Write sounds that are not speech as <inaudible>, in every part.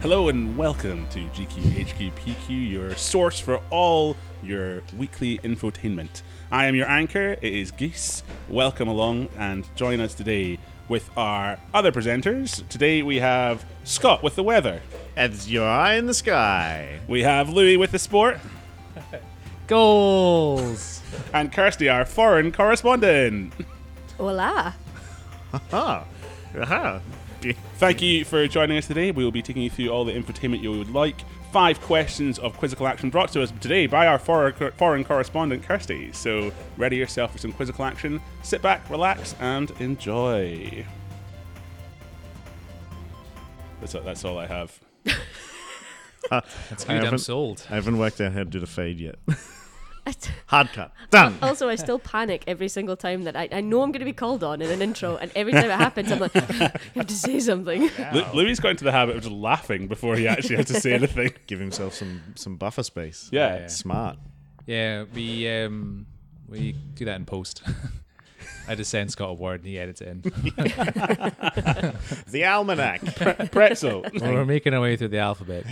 Hello and welcome to GQ HQ PQ, your source for all your weekly infotainment. I am your anchor, it is Geese. Welcome along and join us today with our other presenters. Today we have Scott with the weather, It's your eye in the sky. we have Louis with the sport, Goals. and Kirsty, our foreign correspondent. Hola. Huh. <laughs> Huh. Be- Thank you for joining us today. We will be taking you through all the infotainment you would like. Five questions of quizzical action brought to us today by our foreign, foreign correspondent, Kirsty. So, ready yourself for some quizzical action. Sit back, relax, and enjoy. That's, that's all I have. That's I good. I'm haven't- sold. I haven't worked out how to do the fade yet. <laughs> I t- Hard cut. Done. also, I still panic every single time that I, I know I'm going to be called on in an intro, and every time it happens, I'm like, <laughs> I have to say something. Lu- Louis got into the habit of just laughing before he actually had to say anything. Give himself some some buffer space. Yeah. Yeah. Smart. Yeah, we um we do that in post. <laughs> I just send Scott a word and he edits it in. The <laughs> almanac. Pretzel. Well, we're making our way through the alphabet.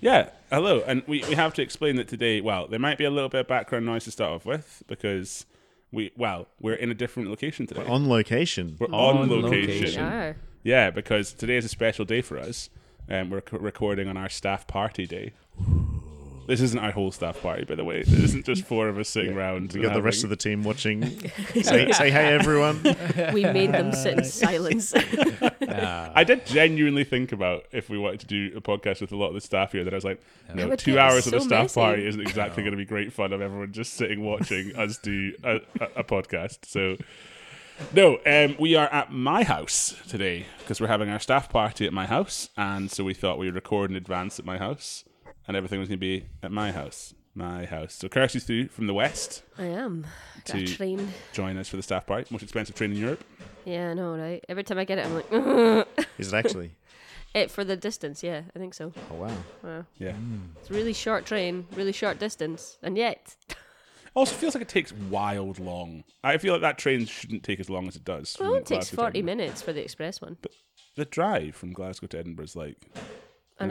Yeah, hello. And we, we have to explain that today, well, there might be a little bit of background noise to start off with because we, well, we're in a different location today. on location. We're on, on location. location. Yeah. Yeah, because today is a special day for us. Um, we're c- recording on our staff party day. This isn't our whole staff party, by the way. This isn't just four of us sitting round. We got the rest of the team watching. <laughs> say, say hey, everyone. We made them sit in silence. I did genuinely think about if we wanted to do a podcast with a lot of the staff here. That I was like, no, would two get hours of so a staff messy. party isn't exactly going to be great fun of everyone just sitting watching us do a, a, a podcast. So, no, um, we are at my house today because we're having our staff party at my house, and so we thought we'd record in advance at my house, and everything was going to be at my house. My house. So Kirsty's through from the west I am. Got To- trained. join us for the staff party. Most expensive train in Europe. Yeah, I know, right? Every time I get it, I'm like, "Ugh." Is it actually? it for the distance. Yeah, I think so. Oh, wow. Yeah. It's a really short train, really short distance, and yet Also, feels like it takes wild long. I feel like that train shouldn't take as long as it does. from well, it takes Glasgow to 40 Edinburgh. minutes for the express one, The drive from Glasgow to Edinburgh is like, an,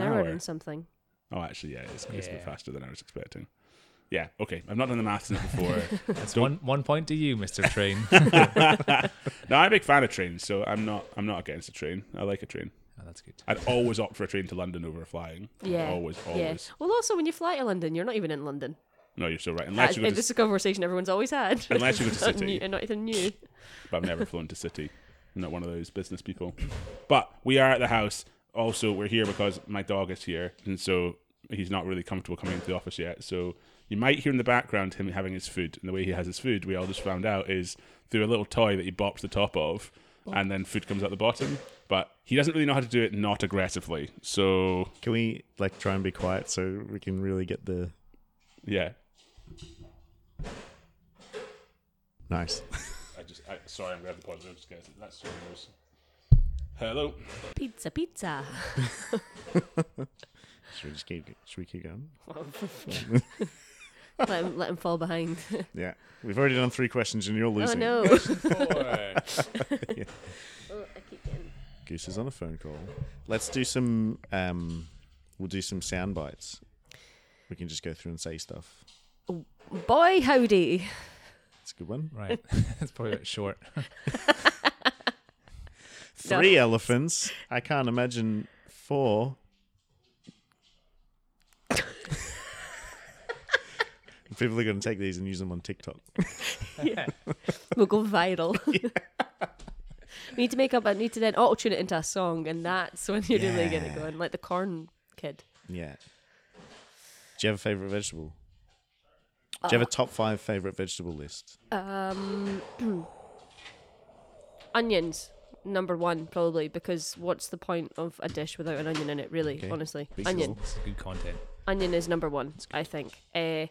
An hour. hour. and something. oh, actually, yeah, it's, it's a bit Yeah. faster than I was expecting. Yeah, okay. I've not done the maths in it before. <laughs> That's one one point to you, Mister Train. Oh, no, I'm a big fan of trains, so I'm not. I'm not against a train. I like a train. Oh, that's good. I'd always opt for a train to London over flying. Yeah. always, always. Yeah. Well, also, when you fly to London, you're not even in London. No, you're so right. That- Unless you go This to, is a conversation everyone's always had. unless you go to <laughs> Not city. new- and not even new. but I've never flown to City. I'm not one of those business people. But we are at the house. Also, we're here because my dog is here, and so he's not really comfortable coming into the office yet. So you might hear in the background him having his food, and the way he has his food, we all just found out is through a little toy that he bops the top of, Oh. and then food comes out the bottom. But he doesn't really know how to do it not aggressively. So Can we like try and be quiet so we can really get the yeah, nice? I just I, sorry I'm grabbing the pause. Just guys, that's so gross. Hello. Pizza, pizza. Should we just keep? Should we keep going? let, him, let him fall behind. Yeah. We've already done three questions and you're oh <laughs> losing. no. <laughs> Oh, Goose is on a phone call. Let's do some. Um, we'll do some sound bites. We can just go through and say stuff. Boy, howdy. It's a good one. Right, <laughs> that's probably a bit short. No. Three elephants. I can't imagine four. <laughs> People are going to take these and use them on TikTok. We'll <laughs> go viral. we <laughs> need to make up, I need to then auto tune it into a song, and that's when you really get it Yeah. going. Like the corn kid. Yeah. Do you have a favorite vegetable? Do you have a top five favorite vegetable list? Um, onions, number one, probably, because what's the point of a dish without an onion in it, really, Okay. honestly? Big Onion. sizzle. This is good content. onion is number one, I think. Uh,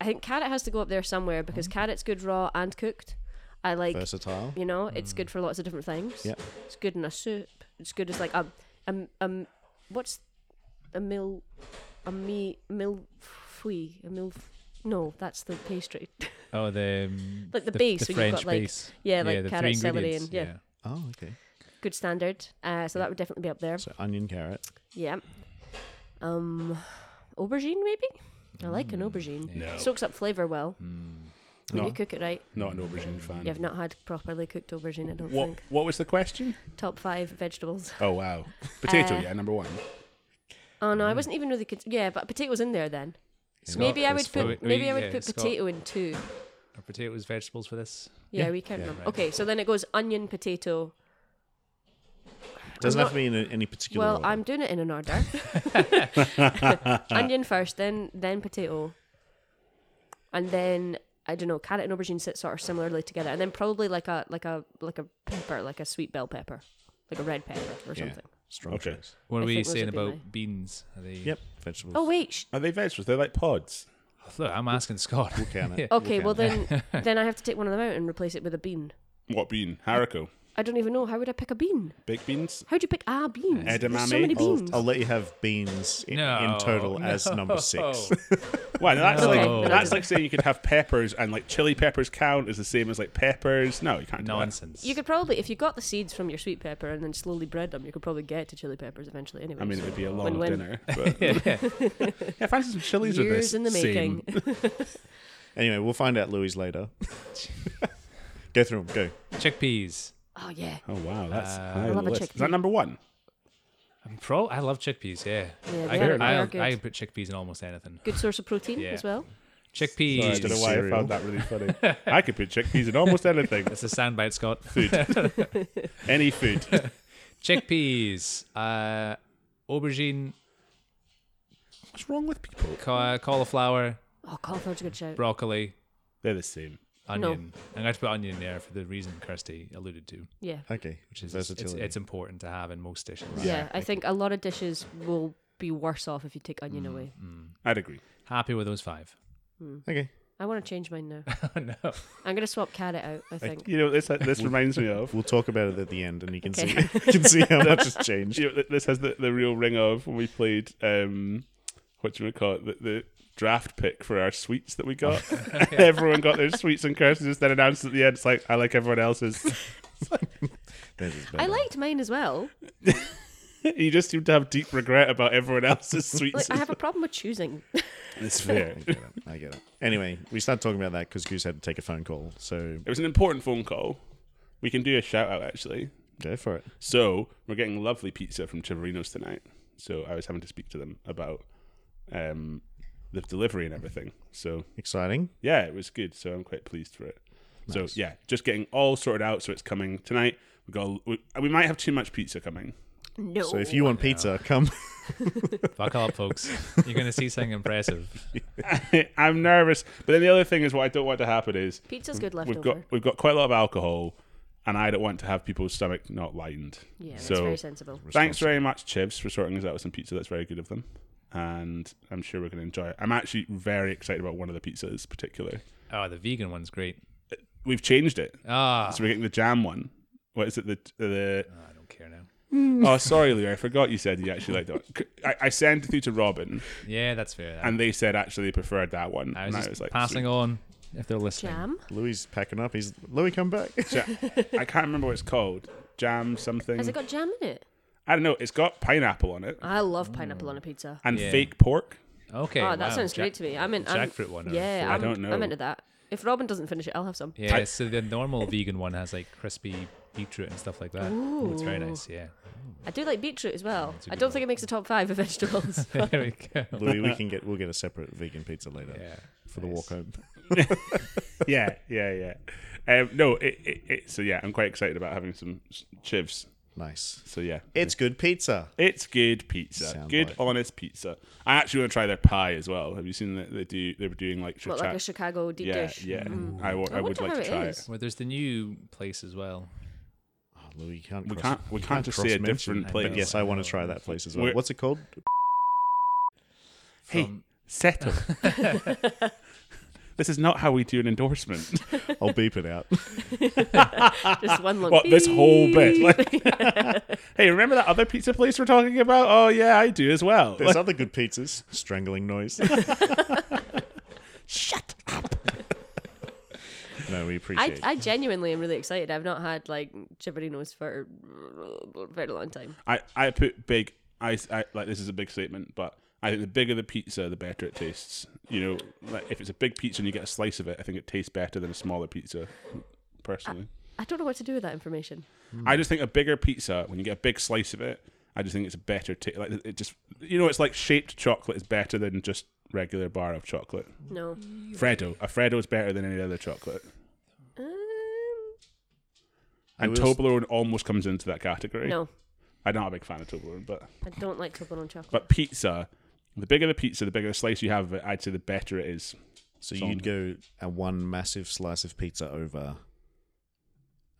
I think carrot has to go up there somewhere because Mm-hmm. carrot's good raw and cooked. I like, Versatile. you know, Mm. it's good for lots of different things. Yep. It's good in a soup. It's good as like a, a, a, what's a mil, a me, mil, fui, a mil, no, that's the pastry. <laughs> Oh, the um, Like the the base, the so you've French got, like- base. yeah, like the carrot, three celery, ingredients, and- yeah. Oh, okay. good standard. Uh, so that would definitely be up there. So onion, carrot. Yeah. Um, aubergine maybe. I like Mm. an aubergine. No. Soaks up flavour well when No. you cook it right. Not an aubergine fan. Mm. You have not had properly cooked aubergine, I don't What think. What was the question? Top five vegetables. Oh wow, <laughs> potato. Uh, yeah, number one. Oh no, I wasn't even really. Con- yeah, but potatoes in there then. Hmm. It's maybe got- I would it's put got- maybe I would yeah, put it's got- potato in two. Are potatoes vegetables for this? Yeah, Yeah. we count them. right. Okay, so then it goes onion, potato. Doesn't I'm have to be in a, any particular Well, order. I'm doing it in an order. <laughs> <laughs> onion first, then then potato, and then I don't know. Carrot and aubergine sit sort of similarly together, and then probably like a like a like a pepper, like a sweet bell pepper, like a red pepper or Yeah. something. Strong Okay. choice. What I are we think those saying would be about my- beans? Are they? Yep. Vegetables. Oh wait, sh- Are they vegetables? They're like pods. Look, I'm asking Scott. can it. okay. Okay. Well <laughs> then, then I have to take one of them out and replace it with a bean. What bean? Haricot. I don't even know how would I pick a bean. Baked beans. How do you pick ah beans? There's so Edamame. many I'll, <laughs> beans. I'll let you have beans in, No, in total as number <laughs> six. no. Well, that's No. like Okay, then I that's just- like saying you could have peppers and like chili peppers count as the same as like peppers. No, you can't. Do that. <laughs> Nonsense. You could probably, if you got the seeds from your sweet pepper and then slowly bred them, you could probably get to chili peppers eventually. Anyway, I mean, it would be a long Win-win. dinner. <laughs> <laughs> But yeah, fancy some chilies with years this. in the Same. making. Anyway, we'll find out Louis <laughs> later. go through them. Go. Chickpeas. Oh yeah, Oh wow, that's high I on love the a list. chickpea. Is that number one? I'm pro. I love chickpeas. Yeah. Yeah, I they are- could, they I, are I good. could put chickpeas in almost anything. good source of protein Yeah. as well. Chickpeas. Sorry, I don't know why I Cereal. found that really funny. <laughs> I could put chickpeas in almost <laughs> anything. It's a soundbite, Scott. <laughs> Any food. chickpeas. Uh, aubergine. What's wrong with people? Ca- cauliflower. Oh, cauliflower's a good shout. Broccoli. They're the same. Onion. I'm going to put onion there for the reason Kirsty alluded to, Yeah, Okay. which is it's, it's, versatility. it's important to have in most dishes. yeah. I think a lot of dishes will be worse off if you take onion away. I'd agree. Happy with <laughs> those five. <laughs> okay. I want to change mine now. no. I'm gonna swap carrot out. I think. You know, this this reminds me of. We'll talk about it at the end, and you can Okay. see you can see how much has changed. <laughs> You know, th- this has the, the real ring of when we played. Um, what do we call it? The, the draft pick for our sweets that we got. <laughs> Everyone got their sweets and curses. Just then announced at the end, it's like I like everyone else's. <laughs> This is I better. liked mine as well. you just seem to have deep regret about everyone else's Like sweets. I have a problem with choosing. <laughs> it's fair. I get it. I get it. Anyway, we started talking about that because Goose had to take a phone call. So It was an important phone call. We can do a shout out actually. go for it. So we're getting lovely pizza from Chiverino's tonight. So I was having to speak to them about um, the delivery and everything. So Exciting. yeah, it was good. So I'm quite pleased for it. So yeah, just getting all sorted out. So it's coming tonight. We got we, we might have too much pizza coming. <laughs> No. So if you want pizza, come. <laughs> Buckle <laughs> up, folks. You're going to see something impressive. I'm nervous. But then the other thing is what I don't want to happen is pizza's good we've leftover. got we've got quite a lot of alcohol, and I don't want to have people's stomach not lightened. yeah, that's so very sensible. Thanks very much, Chibs, for sorting us out with some pizza. That's very good of them. And I'm sure we're going to enjoy it. I'm actually very excited about one of the pizzas, in particular. Oh, the vegan one's great. We've changed it. Ah, So we're getting the jam one. What is it? The the I don't care now. oh, sorry, Lou, I forgot you said you actually liked that. One. I, I sent it through to Robin, Yeah, that's fair. and they said actually they preferred that one. I was and just passing on if they're listening. Jam. Louis is packing up. He's Louis, come <laughs> back. sweet. I can't remember what it's called. Jam something. Has it got jam in it? I don't know. It's got pineapple on it I love pineapple on a pizza. and Yeah. fake pork. Okay. Oh, that wow. sounds great Jack- to me. I'm in I'm, jackfruit one. or- Yeah, I'm, I don't I'm know. into that. If Robin doesn't finish it, I'll have some. Yeah. so the normal vegan one has like crispy beetroot and stuff like that. Ooh. It's very <laughs> nice. Yeah. <laughs> I do like beetroot as well. I don't think it makes the top five <laughs> of vegetables. there we go. Louis, we can get. We'll get a separate vegan pizza later Yeah. for the walk home. yeah, yeah, yeah. Um, no, it, it, it, so yeah, I'm quite excited about having some s- chivs. Nice. So yeah, It's good pizza. it's good pizza, Sound good bite. honest pizza. I actually want to try their pie as well. Have you seen that they do? They were doing like What, cha- like a Chicago deep yeah, dish? Mm. yeah. I wa- I would like wonder how to it try is. it. Well, there's the new place as well. Oh, Louis, you can't. We cross- can't- we you can't just say a cross-mention. different But place. yes, I want to try that place as well. We're- What's it called? Hey, From- <laughs> settle. this is not how we do an endorsement. I'll beep it <laughs> out. <laughs> Just one long. What this whole bit? beep. Like, hey, remember that other pizza place we're talking about? Oh yeah, I do as well. There's other good pizzas. <laughs> Strangling noise. Shut up. No, we <laughs> I, appreciate. I genuinely am really excited. I've not had like chipperinos for a very long time. I, I put big. I, I like this is a big statement, but I think the bigger the pizza, the better it tastes. You know, like if it's a big pizza and you get a slice of it, I think it tastes better than a smaller pizza. Personally, I don't know what to do with that information. I just think a bigger pizza when you get a big slice of it, I just think it's a better taste. Like it just, you know, it's like shaped chocolate is better than just regular bar of chocolate. No. Freddo, a Freddo is better than any other chocolate, Um, I and will- Toblerone almost comes into that category. no, I'm not a big fan of Toblerone, but I don't like Toblerone chocolate. but pizza, the bigger the pizza, the bigger the slice you have of it, I'd say the better it is. <laughs> So you'd go a one massive slice of pizza over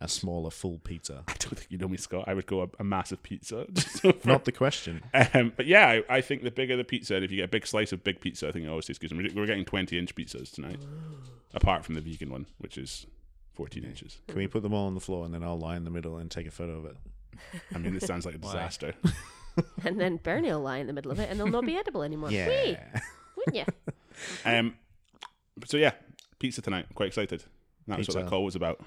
a smaller full pizza. I don't think you know me, Scott. I would go a, a massive pizza. <laughs> Not the question. um, but yeah, I, I think the bigger the pizza, and if you get a big slice of big pizza, I think it always tastes good. And We're we're getting 20 inch pizzas tonight, <gasps> apart from the vegan one, which is 14 inches. Can we put them all on the floor and then I'll lie in the middle and take a photo of it? I mean, this sounds like a disaster. and then Bernie will lie in the middle of it and they'll not be <laughs> edible anymore. Whee! wouldn't you? um, so yeah, pizza tonight. I'm quite excited. That was what Pizza. that call was about.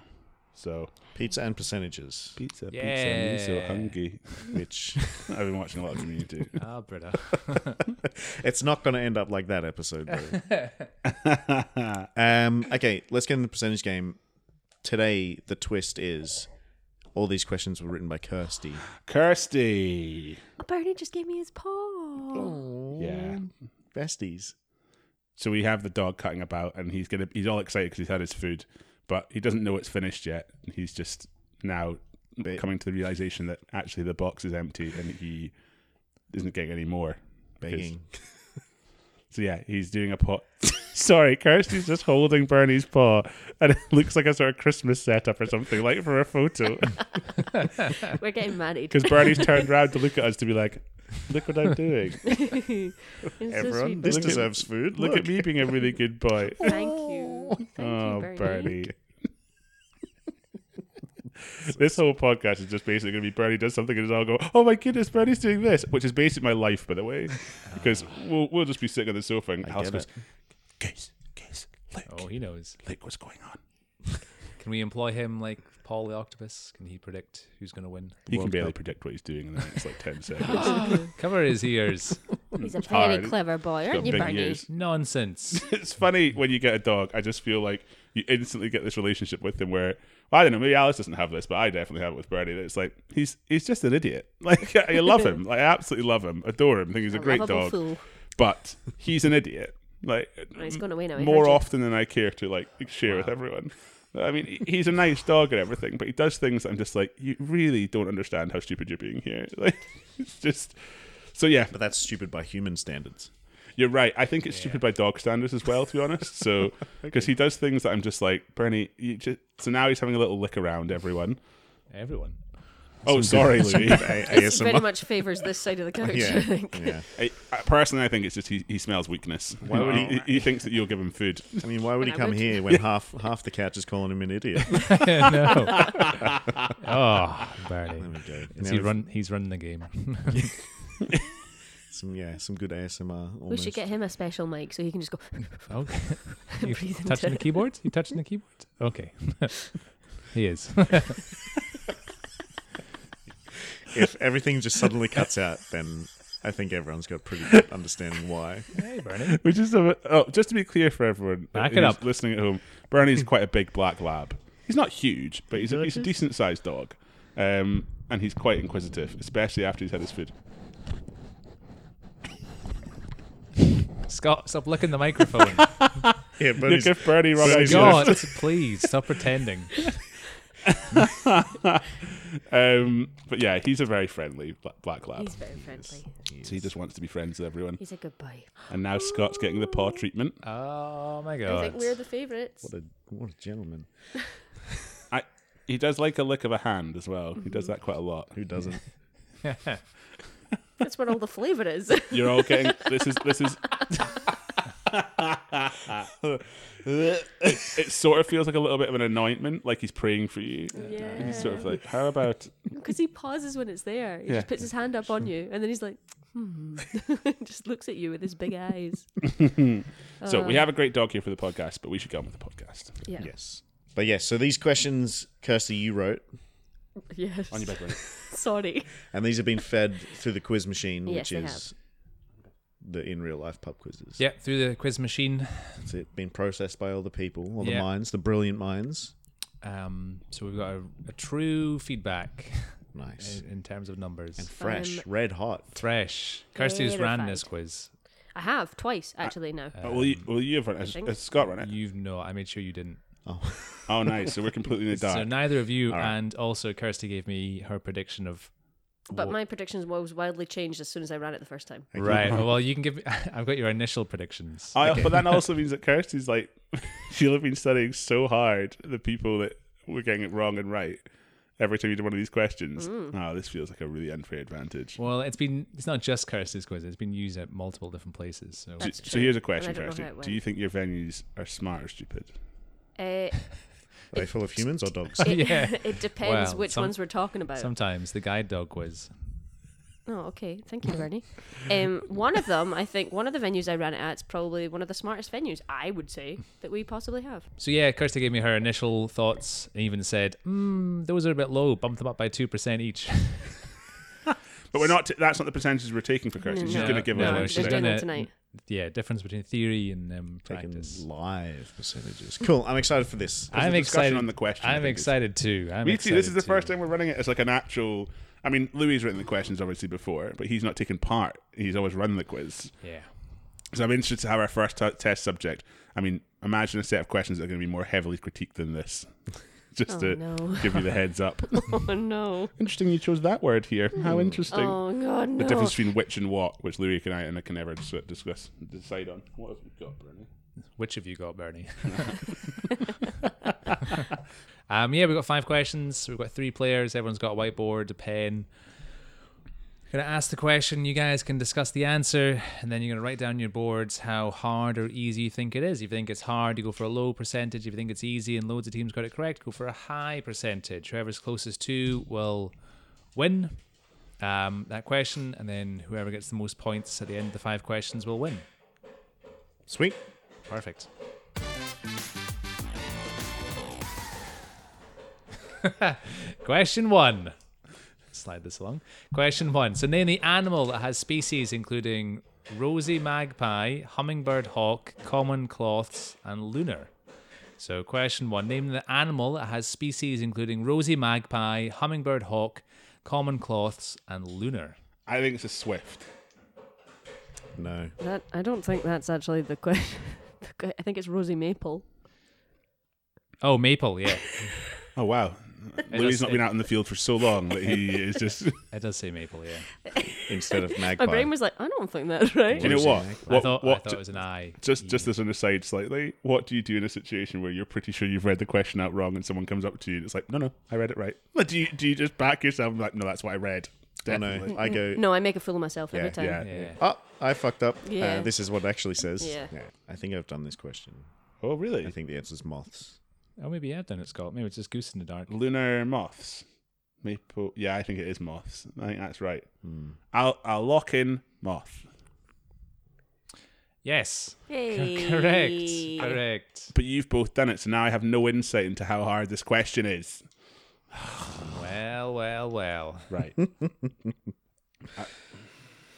So Pizza and percentages, pizza, Yeah. pizza, me so hungry. <laughs> which I've been watching a lot of Community. Ah, Britta. it's not going to end up like that episode though. <laughs> um, okay, let's get in the percentage game. Today the twist is all these questions were written by Kirsty. Kirsty. Oh, Bernie just gave me his Oh, paw. Yeah. Besties. So we have the dog cutting about, and he's gonna he's all excited because he's had his food, but he doesn't know it's finished yet. He's just now coming to the realization that actually the box is empty and he isn't getting any more. because- Begging. So yeah, he's doing a pot. <laughs> Sorry, Kirsty's just holding Bernie's paw, and it looks like a sort of Christmas setup or something, like for a photo. We're getting married. Because Bernie's turned around to look at us to be like, "Look what I'm doing! <laughs> It's so everyone, sweet. this Look This at- deserves food. Look at me being a really <laughs> good boy." Thank you. Thank Oh, you, Bernie. <laughs> Bernie. this whole podcast is just basically going to be Bernie does something and I'll go, oh my goodness, Bernie's doing this, which is basically my life, by the <laughs> way, because we'll, we'll just be sitting on the sofa and House get goes, it. Goose, Goose, Luke, Oh, he knows. Luke, what's going on? Can we employ him like Paul the Octopus? Can he predict who's going to win? the He can World barely Cup? predict what he's doing in the next like <laughs> 10 seconds. <laughs> <laughs> Cover his ears. He's a hard. very clever boy, aren't got you, big Bernie? ears. Nonsense. it's funny when you get a dog, I just feel like you instantly get this relationship with him where. well, I don't know. Maybe Alice doesn't have this, but I definitely have it with Bernie. that It's like he's he's just an idiot. <laughs> Like <laughs> I love him. Like, I absolutely love him. Adore him. Think he's a, A great lovable dog. fool. but he's an idiot. Like <laughs> he's gone away now, he More heard you. often than I care to like share with everyone. I mean, he- he's a nice dog and everything, but he does things that I'm just like, you really don't understand how stupid you're being here. <laughs> Like, it's just. So yeah, But that's stupid by human standards. you're right. I think it's stupid by dog standards as well, to be honest. <laughs> So because he does things that I'm just like, Bernie. You just, so now he's having a little lick around everyone. Everyone. Oh, <laughs> <laughs> sorry, Louis. This very much favors this side of <laughs> Oh, the couch, I Yeah. think. yeah. I, I, personally, I think it's just he, he smells weakness. Why would he, he- he thinks that you'll give him <laughs> food. I mean, why would he I come would- here when half half the couch is calling him an <laughs> idiot? no. <laughs> Oh, Barney. There we go. Is Now he we've- run? He's running the game. <laughs> some yeah, some good ASMR. Almost. <laughs> We should get him a special mic so he can just go <laughs> okay. You breathe into touching the it. keyboard? You touching the keyboard? <laughs> Okay. <laughs> he is. if everything just suddenly cuts out, then I think everyone's got a pretty good understanding why. <laughs> hey, <laughs> Bernie. Which is a, oh, just to be clear for everyone Back who's it up. listening at home, Bernie's quite a big black lab. He's not huge, but he's a, he's a decent sized dog, um, and he's quite inquisitive, especially after he's had his food. Scott, stop licking the microphone. Yeah, You Bernie's, give Bernie wrong Bernie's ideas. God, please stop pretending. Um, but yeah, he's a very friendly bla- black lab. He's very friendly. So he just wants to be friends with everyone. He's a good boy. And now Scott's getting the paw treatment. Oh my I God. think we're the favourites. what a what a gentleman I, he does like a lick of a hand as well. He Mm-hmm. does that quite a lot. who doesn't. <laughs> That's where all the <laughs> flavour is. <laughs> You're all getting this is this is. <laughs> it, it sort of feels like a little bit of an anointment, like he's praying for you. yeah. He's sort of like, how about Because he pauses when it's there. He Yeah. just puts his hand up on you, and then he's like, hmm. <laughs> just looks at you with his big eyes. <laughs> Uh. so we have a great dog here for the podcast, but we should go on with the podcast. Yeah. <laughs> Yes, But yes, so these questions, Kirsty, you wrote, Yes. On your bed, Ronnie. <laughs> Sorry. and these have been fed through the quiz machine, Yes, which they is the in real life pub quizzes. Yep, through the quiz machine. It's it being processed by all the people, all the Yeah. minds, the brilliant minds. Um, so we've got a, a true feedback Nice. in, in terms of numbers. Fresh, red hot. Fresh. Kirsty's ran Verified. this quiz. I have twice actually now. Oh, will you? Will you have run it? think- Has Scott run it? You've no. I made sure you didn't. Oh, nice. So we're completely <laughs> in the dark. So neither of you, right. and also Kirsty gave me her prediction of. but my predictions was wildly changed as soon as I ran it the first time. Right. well, you can give. me <laughs> I've got your initial predictions. I, But that <laughs> also means that Kirsty's like she'll have been studying so hard the people that were getting it wrong and right every time you did one of these questions. Oh, this feels like a really unfair advantage. Well, it's been. It's not just Kirsty's quiz. It's been used at multiple different places. So So- That's so true. here's a And question, I don't know Kirsty: how it Do you think your venues are smart or stupid? Uh, <laughs> Are they full of humans or <laughs> dogs? it, Yeah. <laughs> it depends Well, which some- ones we're talking about. sometimes the guide dog quiz. Oh, okay. Thank you, Bernie. um, one of them, I think, one of the venues I ran it at is probably one of the smartest venues I would say that we possibly have. So yeah, Kirsty gave me her initial thoughts and even said, mm, "Those are a bit low. Bump them up by two percent each." But we're not. T- that's not the percentages we're taking for Kirsty. She's No, going to give no, us no, away. they're today. doing gonna- that tonight. Yeah, difference between theory and um, Taking practice. live percentages. Cool. I'm excited for this. a I'm discussion excited on the question, I I'm think, is- excited too. I'm Me too. excited This is the too. first time we're running it as like an actual. I mean, Louis written the questions obviously before, but he's not taken part. He's always run the quiz. Yeah. So I'm interested to have our first t- test subject. I mean, imagine a set of questions that are going to be more heavily critiqued than this. <laughs> Just Oh, to <laughs> no. <laughs> give you the heads up. Oh no. interesting you chose that word here. How interesting. Oh god, The no. difference between which and what, which Louis can I and I can never dis- discuss, decide on. What have you got, Bernie? Which have you got, Bernie? <laughs> um, yeah, we've got five questions. We've got three players. Everyone's got a whiteboard, a pen. Gonna ask the question. You guys can discuss the answer, and then you're gonna write down your boards how hard or easy you think it is. If you think it's hard, you go for a low percentage. If you think it's easy and loads of teams got it correct, go for a high percentage. Whoever's closest to will win um, that question, and then whoever gets the most points at the end of the five questions will win. Sweet. Perfect. <laughs> Question one. Slide this along. Question one. So name the animal that has species including rosy magpie, hummingbird hawk, common cloths, and lunar. So question one. Name the animal that has species including rosy magpie, hummingbird hawk, common cloths, and lunar. I think it's a Swift. No. That I don't think that's actually <laughs> the question. I think it's Rosie Maple. Oh, maple. Yeah, Oh, wow. Louis's just- not been out in the field for so long that he is <laughs> just. Do it does say maple. Yeah. Instead of magpie. My brain was like, <laughs> I don't think that's right. you know what? what, I thought, I what thought it was an eye. just just as an aside slightly, what do you do in a situation where you're pretty sure you've read the question out wrong and someone comes up to you and it's like, no, no, I read it right. But do you do you just back yourself and be like, no, that's what I read. Oh, Definitely. no, I go. No, I make a fool of myself every Yeah, time. Yeah. Yeah. Oh, I fucked up. Yeah. Uh, this is what it actually says. Yeah. I think I've done this question. Oh, really? I think the answer is moths. Oh, maybe I've done it, Scott. Maybe it's just goose in the dark. Lunar moths. Maple. Yeah, I think it is moths. I think that's right. I'll I'll lock in moth. Yes. Hey. Correct. Correct. But you've both done it, so now I have no insight into how hard this question is. Well, well, well. Right.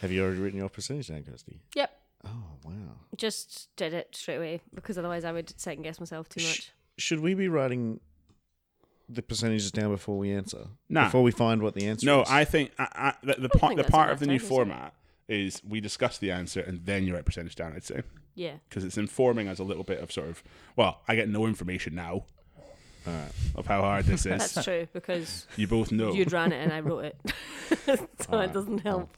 Have you already written your percentage down, Kirsty? Yep. Oh, wow. Just did it straight away because otherwise I would second guess myself too much. Should we be writing the percentages down before we answer? Nah. Before we find what the <laughs> answer no, is? I think I, I, the, the part the think that's a part of bad the new idea, so- format is we discuss the answer and then you write percentage down. I'd say. Yeah. because it's informing us a little bit of sort of well i get no information now uh, of how hard this is <laughs> That's true <laughs> because you both know you'd ran it and I wrote it. <laughs> so Ah, it doesn't help.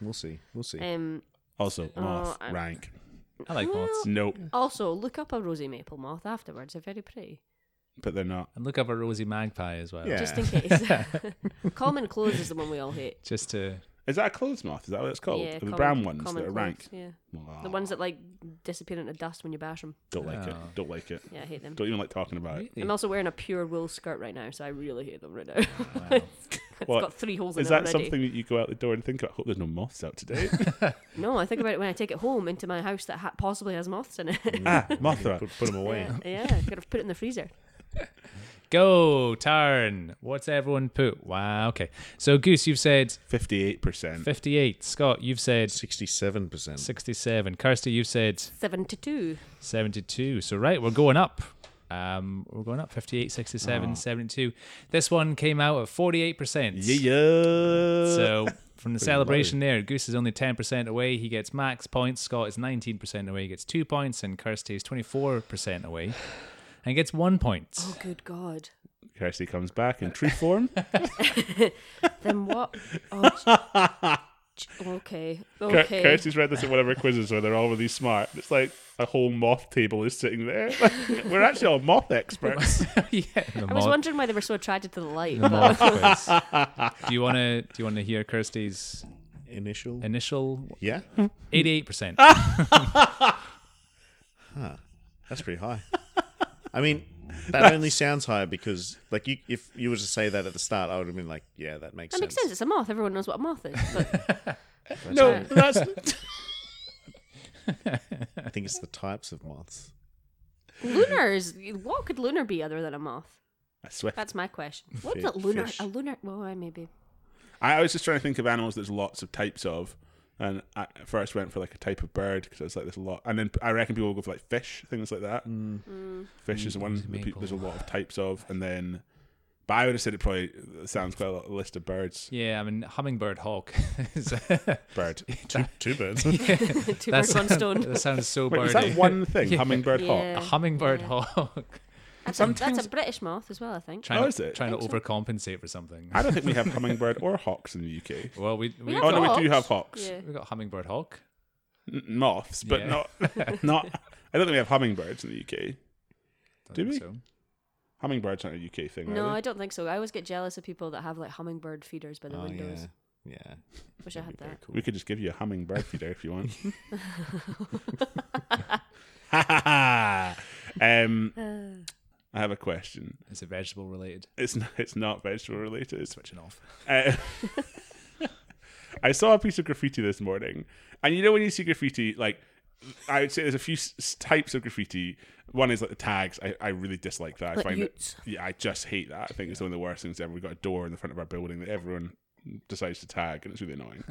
We'll see. We'll see. Um also moth I'm- rank I like moths. nope also look up a rosy maple moth afterwards. They're very pretty. but they're not And look up a rosy magpie as well. Yeah. Just in case. <laughs> <laughs> common clothes is the one we all hate. Just to. is that a clothes moth is that what it's called Yeah, Oh, the common- brown ones that common are clothes, rank Yeah. Aw, The ones that like disappear into dust when you bash them. don't like it Oh. don't like it Yeah, I hate them. don't even like talking about it I'm Really? also wearing a pure wool skirt right now, so I really hate them right now. <laughs> it's What? got three holes in is it that already. something that you go out the door and think about? I hope there's no moths out today. No, I think about it when I take it home into my house that ha- possibly has moths in it. <laughs> ah, moth. <laughs> put, put them away. yeah, could have put it in the freezer. Go, turn. What's everyone put? Wow, okay. So, Goose, you've said 58%. 58. Scott, you've said Sixty-seven percent. 67. Kirsty, you've said 72. 72. So, right, we're going up. Um, we're going up 58, 67, 72. This one came out at 48%. Yeah, yeah. <laughs> So from the celebration there, Goose is only 10% away. He gets max points. Scott is 19% away. He gets two points. And Kirsty is 24% away and gets one point. Oh, good God. Kirsty comes back in tree form. Then <laughs> what? Oh, j- j- okay. Kir- Okay. Kirsty's read this at whatever quizzes where they're all really smart. It's like a whole moth table is sitting there. <laughs> We're actually all moth experts. <laughs> yeah. The Oh. I was mod- wondering why they were so attracted to the light. the but- mod quiz. do you want to do you want to hear Kirsty's Initial. initial yeah, Hmm. 88%? Ah. that's pretty high. <laughs> I mean, that only sounds high because, like, you if you were to say that at the start, I would have been like, yeah, that makes that makes sense. It's a moth. Everyone knows what a moth is. But no, right. <laughs> <laughs> that's I think it's the types of moths. lunar is. What could lunar be other than a moth? I swear. That's my question. What's Fi- a lunar? fish. A lunar. Well, I maybe. I was just trying to think of animals there's lots of types of. And I at first went for like a type of bird because it's like there's a lot. And then I reckon people will go for like fish, things like that. Mm. Fish is one that people, maple. there's a lot of types of. And then, but I would have said it probably sounds quite a lot, a list of birds. yeah, I mean hummingbird hawk. <laughs> is- <laughs> Bird. Two birds. Two That's- birds, <laughs> one stone. that sounds so Wait, birdy. is that one <laughs> <laughs> thing? Hummingbird hawk. Yeah. A hummingbird Yeah. hawk. That's a, that's sometimes- a British moth as well, I think. trying Oh, to, is it? trying to Think so. overcompensate for something. I don't think we have hummingbird or hawks in the UK. Well, we we, We have Oh no, we do Hawks. have hawks, Yeah. we got hummingbird hawk. N- moths, but Yeah. not not. I don't think we have hummingbirds in the UK. Don't Do think we? So. Hummingbirds aren't a UK thing, No, are I they? don't think so. I always get jealous of people that have like hummingbird feeders by the Oh, windows. yeah, yeah. Wish I had that. We could just give you a hummingbird feeder if you <laughs> want. <laughs> um, Uh, I have a question. Is it vegetable related? It's not, it's not vegetable related. It's Switching off. Uh, <laughs> I saw a piece of graffiti this morning, and you know when you see graffiti, like I would say there's a few s- s- types of graffiti. One is like the tags. I, I really dislike that. I Like find utes. it. Yeah, I just hate that. I think it's one of the worst things ever. We've got a door in the front of our building that everyone decides to tag, and it's really annoying.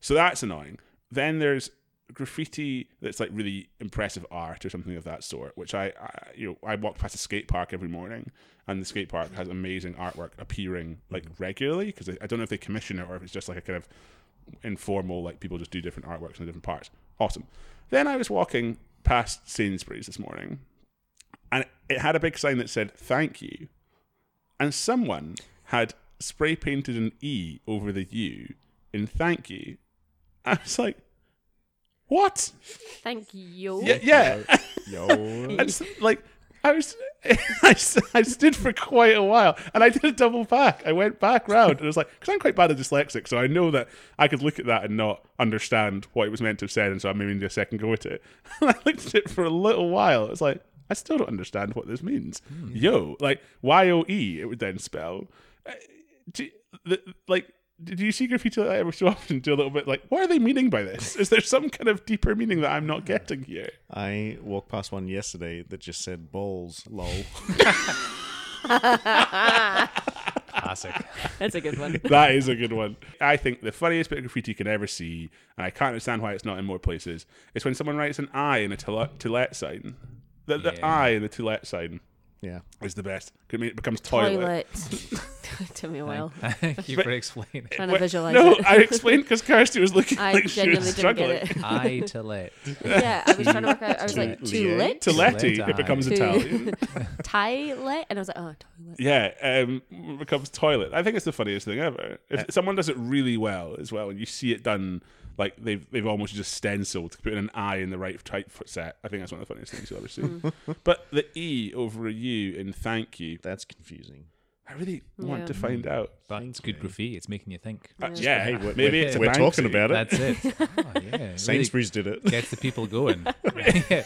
So that's annoying. Then there's graffiti that's like really impressive art or something of that sort which I, I you know i walk past a skate park every morning and the skate park has amazing artwork appearing like regularly because I, I don't know if they commission it or if it's just like a kind of informal like people just do different artworks in different parts awesome then i was walking past sainsbury's this morning and it had a big sign that said thank you and someone had spray painted an e over the u in thank you i was like what Thank you. yeah yeah Yo. I just, like I was, <laughs> I, st- I stood for quite a while, and I did a double back. I went back round, and I was like, because I'm quite bad at dyslexic, so I know that I could look at that and not understand what it was meant to have said, and so I'm maybe need a second go at it. <laughs> And I looked at it for a little while. It was like I still don't understand what this means. Yo, like Y O E, it would then spell. Uh, Do, the, like. Do you see graffiti like that every so often? Do a little bit like, what are they meaning by this? Is there some kind of deeper meaning that I'm not getting here? I walked past one yesterday that just said balls, lol. <laughs> <laughs> Classic. <laughs> That's a good one. that is a good one. I think the funniest bit of graffiti you can ever see, and I can't understand why it's not in more places, is when someone writes an I in a to let, to let sign. The, the Yeah. I in the to let sign yeah. is the best. I mean, it becomes toilet. Toilet. <laughs> Took me a while. Thank you for explaining. Trying to Wait, visualize no, it. I explained because Kirsty was looking <laughs> I like she genuinely was didn't struggling. get it. I to let. Yeah, I was trying to work out. I was <laughs> like, too Toilet. lit? To let Toilet it I. becomes To- Italian. Toilet? And I was like, oh, toilet. Yeah, um, becomes toilet. I think it's the funniest thing ever. If someone does it really well as well, and you see it done, like they've they've almost just stenciled to put in an I in the right type for set. I think that's one of the funniest things you'll ever see. Mm. but the E over a U in thank you, That's confusing. I really want Yeah. to find out. But it's good graffiti. It's making you think. Uh, yeah, Hey, we're, maybe we're- it's a we're Banksy. talking about it. That's it. <laughs> Oh, yeah. Really Sainsbury's did <laughs> it. gets the people going. Yeah.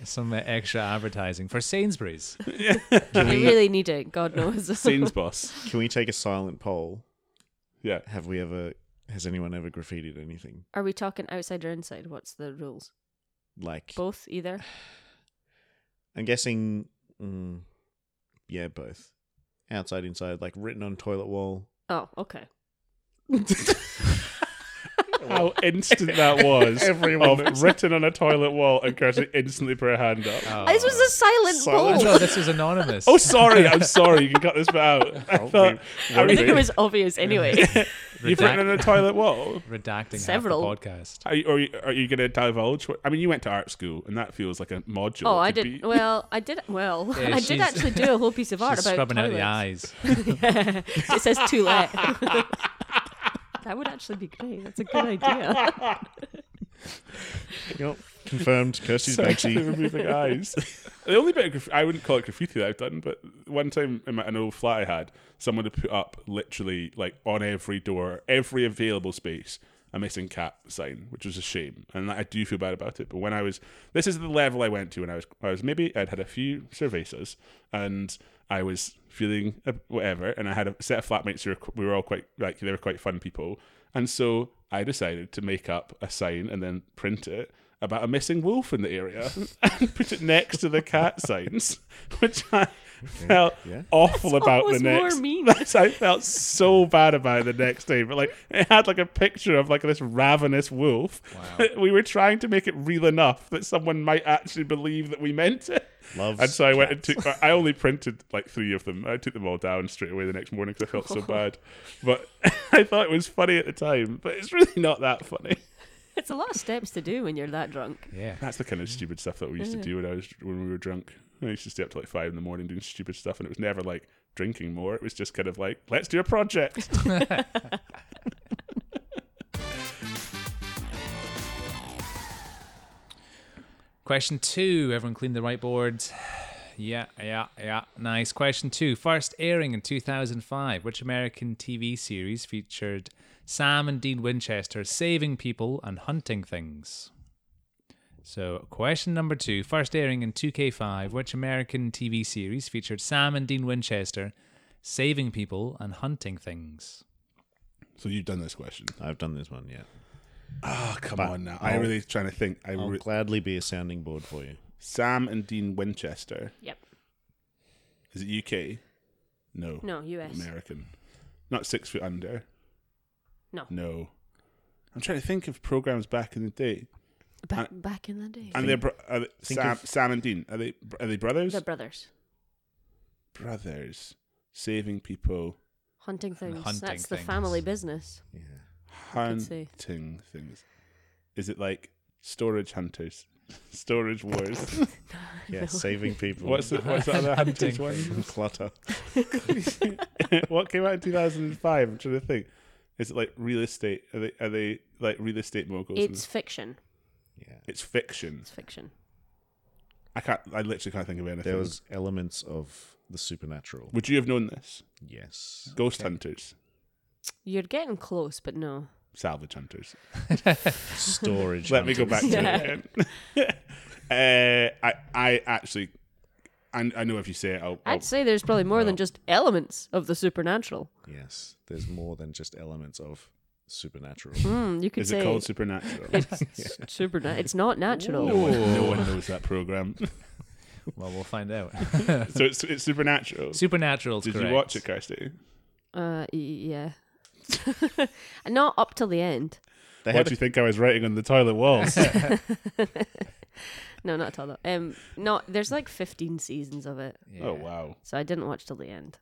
<laughs> Some uh, extra advertising for Sainsbury's. <laughs> I really need it. God knows. Scenes boss. Can we take a silent poll? <laughs> Yeah, Have we ever? Has anyone ever graffitied anything? <laughs> Are we talking outside or inside? What's the rules? Like, Both, either? I'm guessing mm, yeah, both. Outside, inside, like written on toilet wall. Oh, okay. How instant that was. <laughs> Everyone of written on a toilet wall and Kirsty instantly put her hand up. Uh, this was a <laughs> silent, Silent poll. No, this was anonymous. Oh, <laughs> sorry. I'm sorry. You can cut this bit out. I Oh, thought we- I <laughs> I think it mean, was <laughs> obvious anyway. you've written on a toilet wall. redacting Several. half the podcast. Are you, are you, are you going to divulge? what- I mean, you went to art school, and that feels like a module. oh, It I could did. be- Well, I did. Well, Yeah, <laughs> I she's- did actually do a whole piece of art <laughs> She's about scrubbing out toilets. the eyes. <laughs> it says too late. <laughs> that would actually be great. That's a good idea. Yep. Confirmed. <laughs> Kirsty's Actually <laughs> Banksy. removing eyes. The only bit of graff- I wouldn't call it graffiti that I've done, but one time in my, an old flat I had, someone had put up literally like on every door, every available space, a missing cat sign, which was a shame, and I do feel bad about it. But when I was, this is the level I went to when I was, I was maybe I'd had a few cervezas and I was feeling uh, whatever, and I had a set of flatmates who were, qu- we were all quite like they were quite fun people, and so I decided to make up a sign and then print it about a missing wolf in the area and <laughs> put it next to the cat signs, which I felt yeah. awful That's about the almost more next. mean. <laughs> That's, I felt so bad about it the next day, but like it had like a picture of like this ravenous wolf. Wow. <laughs> we were trying to make it real enough that someone might actually believe that we meant it. Loves and so I went and took. I only printed like three of them. I took them all down straight away the next morning because I felt so <laughs> bad. But <laughs> I thought it was funny at the time, but it's really not that funny. <laughs> it's a lot of steps to do when you're that drunk. <laughs> Yeah. That's the kind of stupid stuff that we used to do when I was when we were drunk. I used to stay up till like five in the morning doing stupid stuff, and it was never like drinking more. It was just kind of like, let's do a project. Question two. Everyone cleaned the whiteboard. <sighs> Yeah, yeah, yeah. Nice. Question two. First airing in 2005. Which American TV series featured Sam and Dean Winchester saving people and hunting things? So, question number two. First airing in 2K5. Which American TV series featured Sam and Dean Winchester saving people and hunting things? so you've done this question. I've done this one yet. Oh come on now! I'll- I'm really trying to think. I I'll re- gladly be a sounding board for you. Sam and Dean Winchester. Yep. Is it UK? No. No, US. American. Not six foot under. No. No. I'm trying to think of programs back in the day. Back, back in the day. And they're, bro- are they, think Sam, of- Sam and Dean. Are they are they brothers? They're brothers. brothers saving people, Hunting And things. hunting That's the things. family business. Yeah. could see. hunting things. Is it like storage hunters, <laughs> storage wars? <laughs> Yeah. Saving people. what's the, what's the other hunters one? from <laughs> clutter? <laughs> what came out in 2005? I'm trying to think. Is it like real estate? Are they are they like real estate moguls? and- It's fiction. Yeah. it's fiction. It's fiction. I can't. I literally can't think of anything. There was elements of the supernatural. Would you have known this? <laughs> Yes. Ghost hunters, You're getting close, but no. salvage hunters. Storage. Let me go back to it. again. <laughs> uh, I I actually, I, I know if you say it, I'll. I'll I'd say there's probably more Oh. than No. just elements of the supernatural. Yes. There's more than just elements of supernatural. Mm, you could is say it called supernatural? <laughs> it's supernatural. It's not natural. No one, no one knows that <laughs> program. Well, we'll find out. so it's it's supernatural. <laughs> Supernatural. Did you watch it, Kirsty? Uh, y- yeah. <laughs> not up till the end. They What had do you think I was writing on the toilet <laughs> walls? No, not at all. Though. Um, no, there's like 15 seasons of it, Oh wow. so I didn't watch till the end.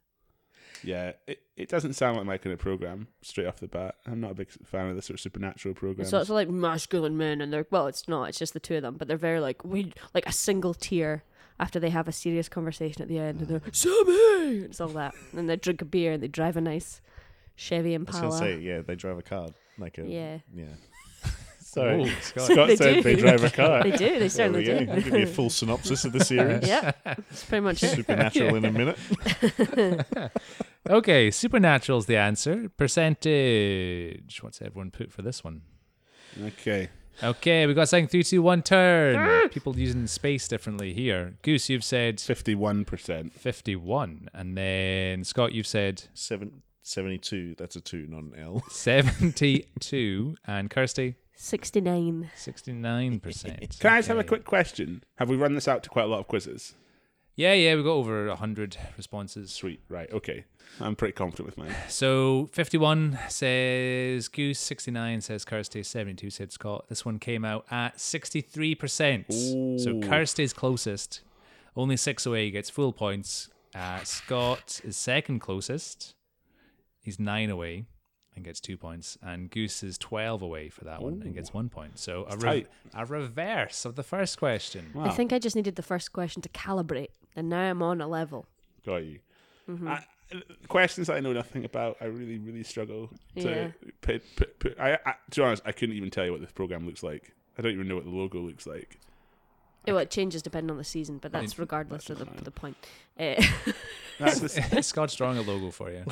Yeah, it, it doesn't sound like my kind of program straight off the bat. I'm not a big fan of the sort of supernatural program. So it's like masculine men, and they're well, it's not. It's just the two of them, but they're very like we like a single tear after they have a serious conversation at the end, <sighs> and they're Sammy, and it's all that. And then they drink a beer and they drive a nice Chevy I was going Impala. to say, yeah, they drive a car. Like a. Yeah. Yeah. <laughs> Sorry, Ooh, Scott. Scott They said do. they drive a car. <laughs> They do. They There we certainly go. <laughs> do. Give me a full synopsis <laughs> of the series. yep, that's pretty <laughs> much it. Supernatural in <laughs> a minute. Okay, supernatural's the answer. Percentage. What's everyone put for this one? Okay, Okay, we got something three, two, one, turn. People using space differently here. Goose, you've said fifty-one percent. fifty-one, and then Scott, you've said Seven, 72. That's a two, not an L. seventy-two, and Kirsty Sixty-nine. sixty-nine percent. <laughs> Can I just have a quick question? Have we run this out to quite a lot of quizzes? Yeah, yeah, we got over 100 responses. Sweet. Right. Okay. I'm pretty confident with <laughs> mine. So 51 says Goose, 69 says Kirsty, 72 said Scott. This one came out at 63%. So Ooh. Kirsty's closest. Only six away, gets full points. Uh, Scott is second closest. He's nine away and gets two points. And Goose is 12 away for that one and gets one point. So a, re- tight. a reverse of the first question. I think I just needed the first question to calibrate, and now I'm on a level. Got you. I, questions I know nothing about. I really, really struggle to Yeah. put, put, put- I, I, to be honest, I couldn't even tell you what this program looks like. I don't even know what the logo looks like. Oh, well, it changes depending on the season, but that's regardless of the, the point. Uh, That's <laughs> the, Scott's drawing a logo <laughs> for you.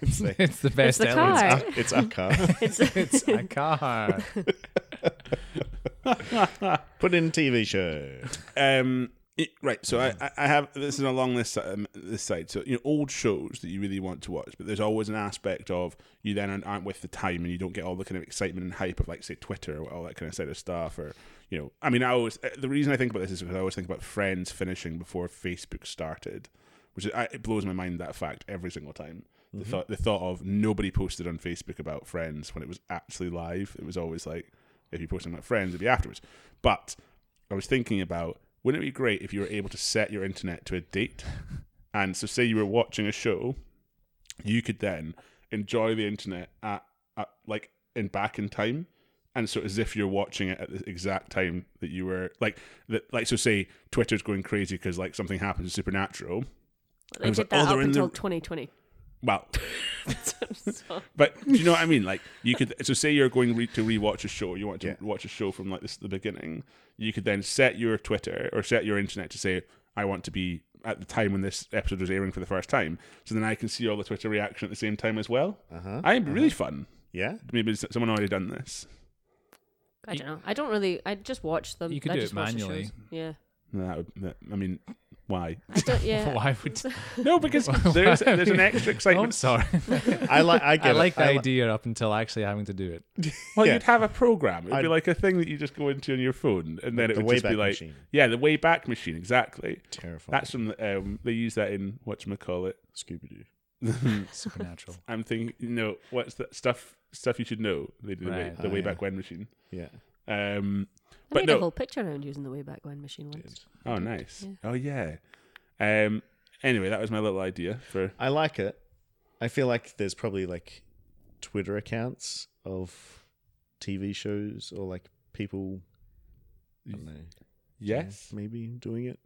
It's, like, <laughs> It's the best the element. car. uh, it's our car. <laughs> <laughs> It's a car. Put in TV show. um, it, right. So I, I- I have this is along this um, this side. So you know, old shows that you really want to watch, but there's always an aspect of you then aren't with the time, and you don't get all the kind of excitement and hype of like say Twitter or all that kind of side of stuff. Or you know, I mean, I always uh, the reason I think about this is because I always think about Friends finishing before Facebook started, which is, I, it blows my mind that fact every single time. The thought the thought of nobody posted on Facebook about Friends when it was actually live. It was always like if you posted about Friends, it'd be afterwards, but I was thinking about wouldn't it be great if you were able to set your internet to a date? And so, say you were watching a show, you could then enjoy the internet at, at like in back in time. And so, as if you're watching it at the exact time that you were like, that, like so, say Twitter's going crazy because like something happens in Supernatural. they was did like, oh, that they're up in the- until 2020. <laughs> Well, but do you know what I mean? Like, you could so say you're going re- to rewatch a show. You want to Yeah. watch a show from like this the beginning. You could then set your Twitter or set your internet to say, "I want to be at the time when this episode was airing for the first time." So then I can see all the Twitter reaction at the same time as well. Uh-huh, I'd be really fun. <laughs> Yeah. Maybe s- someone already done this. I don't know. I don't really. I just watch them. You could I do it just watch the manually. shows. <laughs> Yeah. No, That would, that, I mean, why? I don't. <laughs> Yeah. Why would? No, <laughs> because there's there's an extra I'm excitement. sorry. I like. I, get I it. like the li- idea up until actually having to do it. Well, Yeah. you'd have a program. It'd I'd- be like a thing that you just go into on your phone, and then it the would just be Wayback like, Machine. yeah, the Wayback Machine, exactly. Terrifying. That's from the, um, they use that in what call it. Scooby Doo. Supernatural. I'm thinking, you know, what's that stuff? Stuff you should know. They do the, way, Right. the Oh, Wayback yeah. When machine. Yeah. Um, I but made no. a whole picture around using the Wayback When machine once. oh, nice. Oh, yeah. Um. Anyway, that was my little idea for. I like it. I feel like there's probably like Twitter accounts of TV shows or like people. I don't know. Yes, Maybe doing it.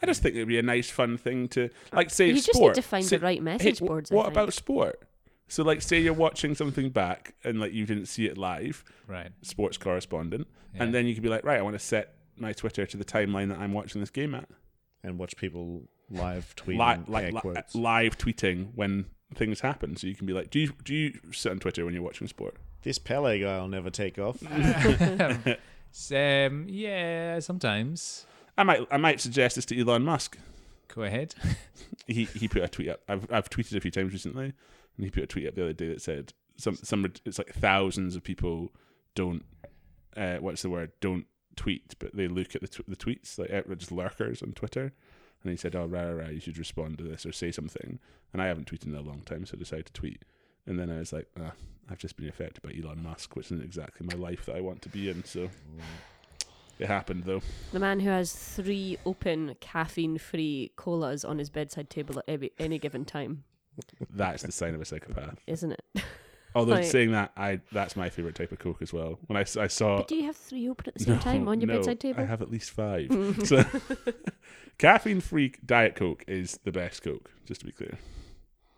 I just think it'd be a nice, fun thing to like say You just need sport. to find Say- the right hey, message wh- boards, I What think. about sport? So, like, say you're watching something back and like you didn't see it live, Right. sports correspondent, Yeah. and then you could be like, right, I want to set my Twitter to the timeline that I'm watching this game at. and watch people live tweeting live, air like, li- quotes. live tweeting when things happen. So you can be like, do you do you sit on Twitter when you're watching sport? this Pele guy will never take <laughs> off. Um, yeah, sometimes. I might I might suggest this to Elon Musk. Go ahead. He he put a tweet up. I've I've tweeted a few times recently, and he put a tweet up the other day that said some some it's like thousands of people don't uh, what's the word don't tweet, but they look at the tw- the tweets like uh, just lurkers on Twitter. And he said, "Oh, rah, rah, rah, you should respond to this or say something." And I haven't tweeted in a long time, so I decided to tweet. And then I was like, ah, "I've just been affected by Elon Musk, which isn't exactly my life that I want to be in." So it happened, though. The man who has three open caffeine-free colas on his bedside table at every, any given time, That's the sign of a psychopath. isn't it? Although Like- saying that, I that's my favorite type of coke as well. When I, s- I saw Do you have three open at the same time on your Uh, <laughs> no, bedside I table? Hmm. have at least five. so caffeine free diet coke is the best coke. Just to be clear,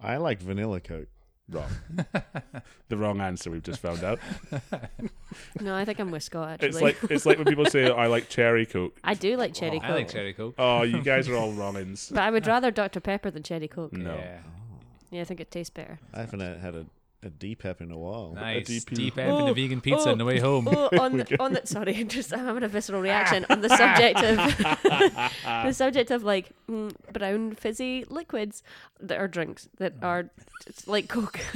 I like vanilla coke. wrong. the wrong answer we've just found <laughs> out. <laughs> No, I think I'm with Scott. Actually, It's like it's like Oh, when people say I like cherry coke. <laughs> I do like cherry coke, I like Cherry Coke. Oh, you guys are all wrongins. but I would rather Dr Pepper than cherry coke. No. Yeah. Yeah, I think it tastes better. I haven't had a, a deep app in a while. Nice. Deep, DP. deep F in a Oh, vegan pizza on the <laughs> way home. <laughs> Oh, <laughs> on the, on the sorry, <laughs> just I'm having a visceral reaction on the subject of <laughs> the subject of like mm, brown fizzy liquids that are drinks that Oh. are it's <laughs> like Coke, <laughs>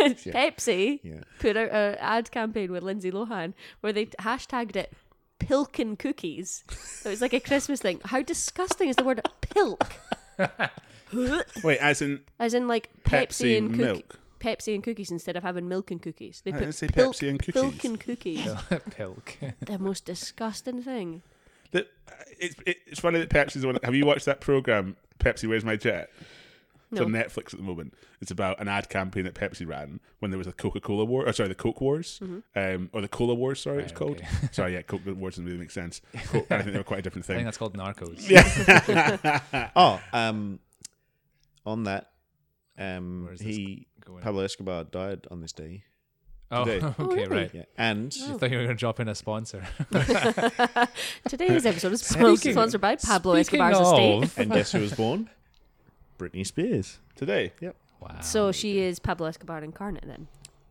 Pepsi Yeah. put out an ad campaign with Lindsay Lohan where they hashtagged it. pilkin cookies. So it's like a Christmas thing. How disgusting is the word <laughs> pilk? Wait, as in As in like Pepsi, Pepsi and cookie- milk. Pepsi and cookies instead of having milk and cookies. They I put didn't say pilk, Pepsi and cookies. pilk and cookies. <laughs> Pilk. the most disgusting thing. that? It's it's funny that Pepsi's the one. Have you watched that program? Pepsi, where's my jet? It's on No. Netflix at the moment. It's about an ad campaign that Pepsi ran when there was a Coca Cola war, or sorry, the Coke Wars, Mm-hmm. um, or the Cola Wars. Sorry, it's Right, called. okay. <laughs> sorry, yeah, Coke Wars doesn't really make <laughs> sense. Coke, I think they were quite a different I think thing. that's called Narcos. Oh, um, on that, um, Where is this he going? Pablo Escobar died on this day. Oh, Today. <laughs> okay, Oh, really? right. Yeah, <laughs> and I thought you were going to drop in a sponsor. Today's episode is sponsored, sponsored by Pablo Speaking Escobar's estate. of- and guess who was born? Britney Spears. Today, Wow. So she is Pablo Escobar incarnate then.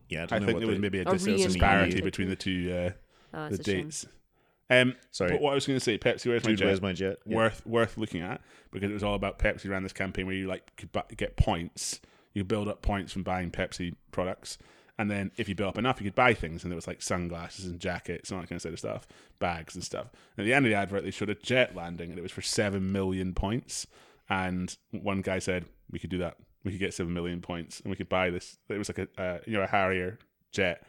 Yeah, I, don't I know think what there was the- maybe a Or dis- there was a reincarnated. disparity between the two uh, Oh, the that's a shame. dates. Um, Sorry. But what I was going to say, Pepsi, where's my Dude, jet? where's my jet? Yeah. worth worth looking at because it was all about Pepsi ran this campaign where you like could bu- get points. You build up points from buying Pepsi products, and then if you build up enough, you could buy things. And there was like sunglasses and jackets and all that kind of sort of stuff, bags and stuff. And at the end of the advert, they showed a jet landing, and it was for seven million points. And one guy said, "We could do that. We could get seven million points, and we could buy this." It was like a uh, you know a Harrier jet.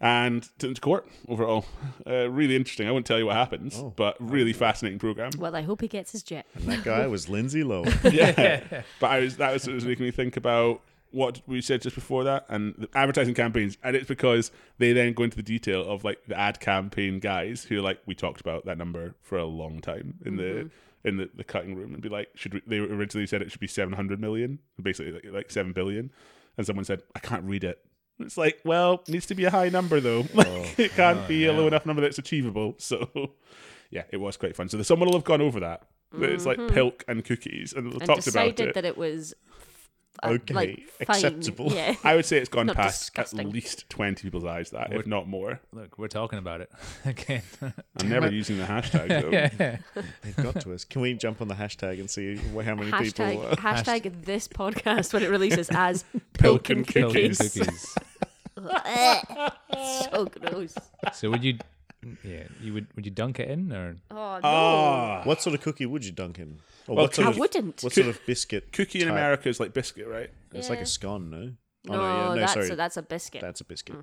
And took them to court overall. Uh, really interesting. I won't tell you what happens, Oh. but really fascinating program Well, I hope he gets his jet. And <laughs> that guy was Lindsay Lohan. yeah. but I was that was, what was making me think about what we said just before that and the advertising campaigns and it's because they then go into the detail of like the ad campaign guys who like we talked about that number for a long time in the in the, the cutting room and be like should we, they originally said it should be 700 million basically like, like 7 billion and someone said I can't read it it's like well needs to be a high number though <laughs> like, Oh, it can't be a low enough number that's achievable <laughs> so yeah it was quite fun so someone will have gone over that That it's like pilk and cookies and Mm-hmm. And talked about decided it. that it was uh, Okay, like, fine. acceptable. <laughs> Yeah. I would say it's gone <laughs> Not past disgusting. at least 20 people's eyes, that, if Would- not more. Look, we're talking about it <laughs> again. I'm never using the <laughs> hashtag, though. They've got to us. Can we jump on the hashtag and see wh- how many people? Hashtag, Uh, hashtag this podcast when it releases as Pilkin Pilkin Cookies. Cookies. Pilkin <laughs> cookies. so gross. So would you? Yeah, you would. Would you dunk it in or? Oh, no. Ah, what sort of cookie would you dunk in? Or Well, what sort I of, wouldn't. What sort of biscuit? cookie in type? America is like biscuit, right? It's like Yeah. a scone, Oh, no? no, that's, a, that's Mm-hmm. a biscuit. That's a biscuit.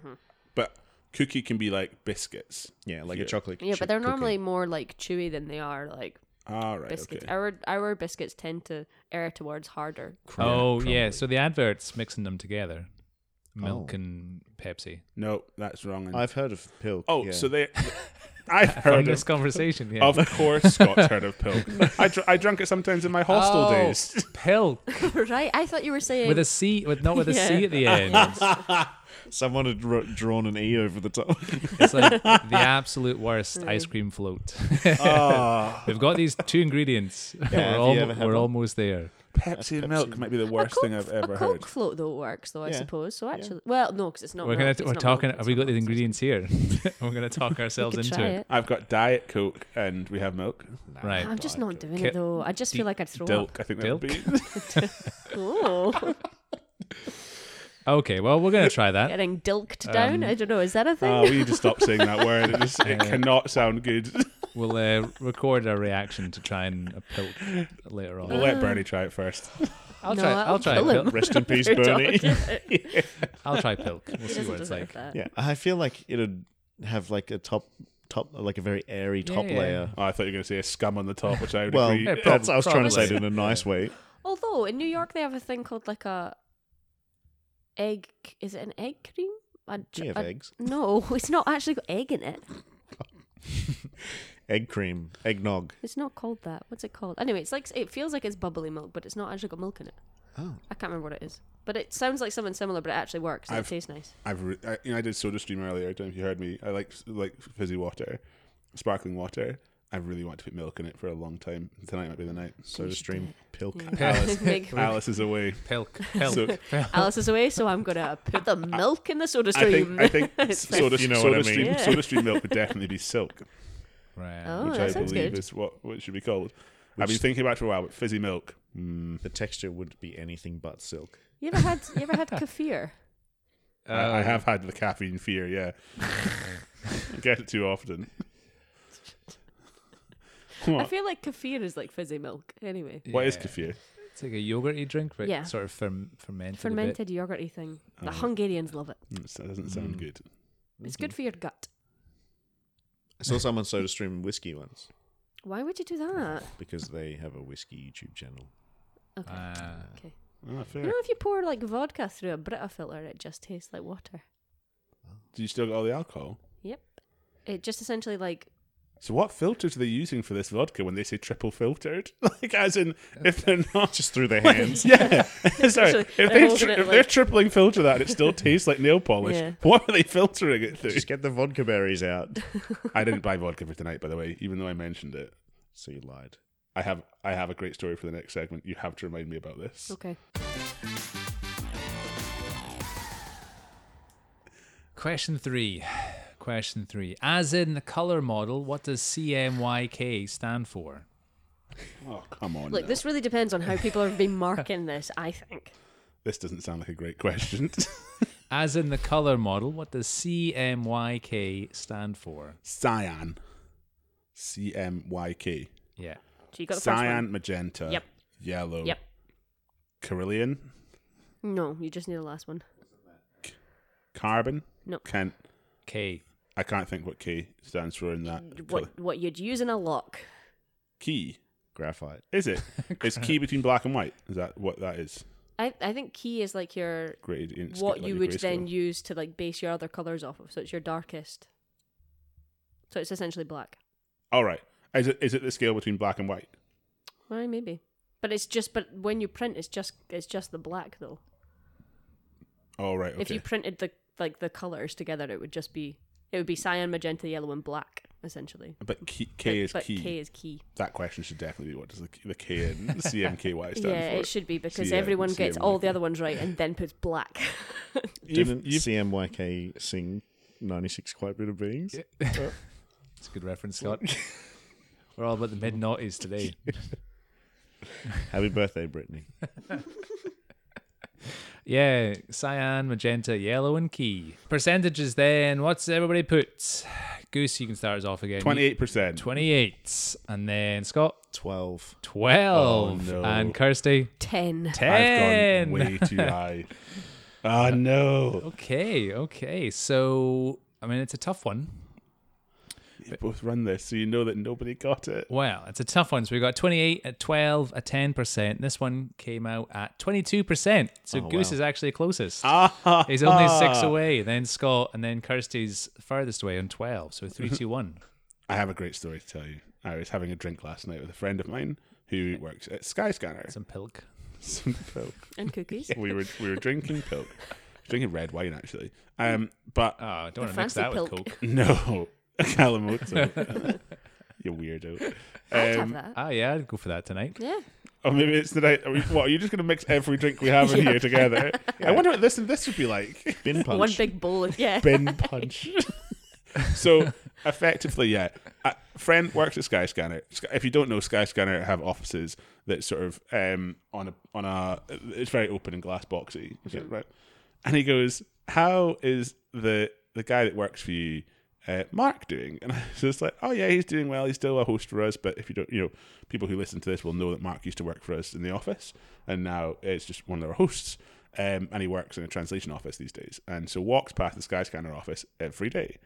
But cookie can be like biscuits. Yeah, like Yeah. a chocolate. yeah, chip but they're cookie. normally more like chewy than they are like All right, biscuits. okay. Our our biscuits tend to err towards harder. oh yeah. crumbly. So the adverts mixing them together, milk Oh. and Pepsi. No, that's wrong. I've heard of pilk. oh, yeah. so they. I've From heard this of. conversation, yeah. Of course, <laughs> Scott's heard of pilk. I, dr- I drank it sometimes in my hostel Oh, <laughs> days. Pilk right? I thought you were saying with a C, with not with a C Yeah. at the end. someone had wr- drawn an e over the top. <laughs> It's like the absolute worst ice cream float. <laughs> We've got these two ingredients. Ah. have we're you almo- ever had we're one? almost there. Pepsi and milk might be the worst thing I've ever a heard. Coke float though works though I Yeah. suppose. So actually, well, Oh, no, because it's not. We're gonna. milk, T- it's we're not talking. milk, Have it's we not got the milk, it's- ingredients here? <laughs> we're gonna <laughs> talk ourselves could into try it. I've got Diet Coke and we have milk. Right. I'm just not doing Ki- it though. I just feel like I'd throw up. Dilk, I think that would be. <laughs> Oh, <laughs> Okay. Well, we're gonna try <laughs> that. getting Um, dilked down. I don't know. Is that a thing? uh, Oh, <laughs> we need to stop saying that word. It, just, Uh, it cannot sound good. We'll uh, record our reaction to try and uh, pilk later on. We'll uh. let Bernie try it first. I'll No, try. I'll I'll try. kill him. <laughs> Pilk. Rest in peace, You're Bernie. talking- <laughs> I'll try pilk. We'll see doesn't what it's deserve like. that. yeah, I feel like it'd have like a top, top, like a very airy top yeah. layer. Oh, I thought you were going to say a scum on the top, which I would Well, agree. Yeah, that's, I was trying to say it probably. in a nice way. Although in New York they have a thing called like a egg. Is it an egg cream? A, Do you a- Uh, have eggs? No, <laughs> it's not actually got egg in it. Egg cream, eggnog. It's not called that. What's it called? Anyway, it's like it feels like it's bubbly milk, but it's not actually got milk in it. Oh. I can't remember what it is, but it sounds like something similar. But it actually works. And I've- it tastes nice. I've re- I, you know, I did soda stream earlier. I don't know if you heard me. I like like fizzy water, sparkling water. I really want to put milk in it for a long time. Tonight might be the night. Soda stream <laughs> pilk. Alice, <laughs> Big- Alice is away. <laughs> Pilk. Pilk. So Alice is away, so I'm <laughs> gonna put the milk in the soda I stream. think I <laughs> think It's fine. soda, You know what soda I mean. stream Yeah. soda stream milk would definitely be silk, Right. <laughs> Oh, which that I sounds believe good. is what, what it should be called. I've been thinking about it for a while, but fizzy milk. Mm, The texture would be anything but silk. You ever had <laughs> you ever had kefir? Um, <laughs> I, I have had the caffeine fear. Yeah, I get it too often. <laughs> I What? feel like kefir is like fizzy milk. Anyway, What is Yeah. kefir? It's like a yogurty drink, but Yeah. sort of ferm- fermented. A bit. fermented yogurty thing. Oh. The Hungarians love it. Mm, That doesn't Hmm. sound good. Mm-hmm. It's good for your gut. I saw someone soda stream whiskey once Why would you do that? because they have a whiskey YouTube channel. Okay. Ah. okay. Ah, You fair. know, if you pour like vodka through a Brita filter, it just tastes like water. Do you still get all the alcohol? Yep. It just essentially like So what filters are they using for this vodka when they say triple filtered? <laughs> Like as in if they're not Just through their <laughs> hands. <laughs> yeah, sorry. If, they're they holding tri- it if they're like- tripling filter that, and it still tastes like nail polish. Yeah. <laughs> What are they filtering it through? Just get the vodka berries out. <laughs> I didn't buy vodka for tonight, by the way. Even though I mentioned it, So you lied. I have I have a great story for the next segment. You have to remind me about this. okay. Question three. <sighs> Question three. As in the color model, what does CMYK stand for? Oh come on! Look, now. this really depends on how people have been marking this. I think. This doesn't sound like a great <laughs> question. As in the color model, what does CMYK stand for? Cyan, C M Y K. Yeah. So you got the first Cyan, one. magenta. Yep. Yellow. Yep. Carillion, No, you just need the last one. carbon. No. Can't. K. I can't think what K stands for in that. colour. What what you'd use in a lock? Key. Graphite. Is <laughs> it? it's key between black and white. Is that what that is? I I think key is like your Grade in sc- what like you your would grayscale. then use to like base your other colors off of. So it's your darkest. So it's essentially black. All right. Is it is it the scale between black and white? Why maybe, but it's just but when you print, it's just it's just the black though. All right. Okay. If you printed the like the colors together, it would just be it would be cyan, magenta, yellow, and black essentially. but key, K But- is but key. K is key. That question should definitely be what does the, the K in <laughs> CMKY stand Yeah, for? it should be because CM, everyone gets CMYK. all the other ones right and then puts black. <laughs> You've, Didn't you've- <laughs> CMYK sing 96 quite bit of beings? It's a good <laughs> reference, Scott. We're all about the mid noughties today. Happy birthday, <laughs> Brittany. Yeah, cyan, magenta, yellow, and key. Percentages then. What's everybody put? Goose, you can start us off again. 28%. 28. And then Scott, 12. 12. Oh, no. And Kirsty, Ten. 10. I've gone way too high. Ah no. <laughs> Okay, okay. So, I mean, it's a tough one. You both run this, so you know that nobody got it. Well, it's a tough one. So we got 28 at 12 at 10%. This one came out at 22%. So Oh, Goose is <laughs> actually closest. Ah, He's only six away, then Scott, and then Kirsty's furthest away on 12. So three, two, one. I have a great story to tell you. I was having a drink last night with a friend of mine who works at Skyscanner. Some <laughs> pilk. <laughs> Some folk. <laughs> And cookies. we were we were drinking pilk, drinking red wine actually. Um, but Oh, I don't want to mix fancy that with pilk. Coke. no, <laughs> Kalamoto, you weirdo. I'd have Um, that. Ah, yeah, I'd go for that tonight. Yeah. or maybe it's the night. Are we, what are you just going to mix every drink we have in here together? I wonder what this and this would be like. Bin punch. One big bowl of yeah. <laughs> Bin punch. so effectively, yeah. A friend works at Skyscanner. Sky- If you don't know, Skyscanner have offices that sort of um, on a on a. It's very open and glass boxy, is it, right? And he goes, "How is the the guy that works for you, uh, Mark, doing?" And <laughs> I was just like, "Oh yeah, he's doing well. He's still a host for us. But if you don't, you know, people who listen to this will know that Mark used to work for us in the office, and now it's just one of our hosts." Um, and he works in a translation office these days, and so walks past the Skyscanner office every day.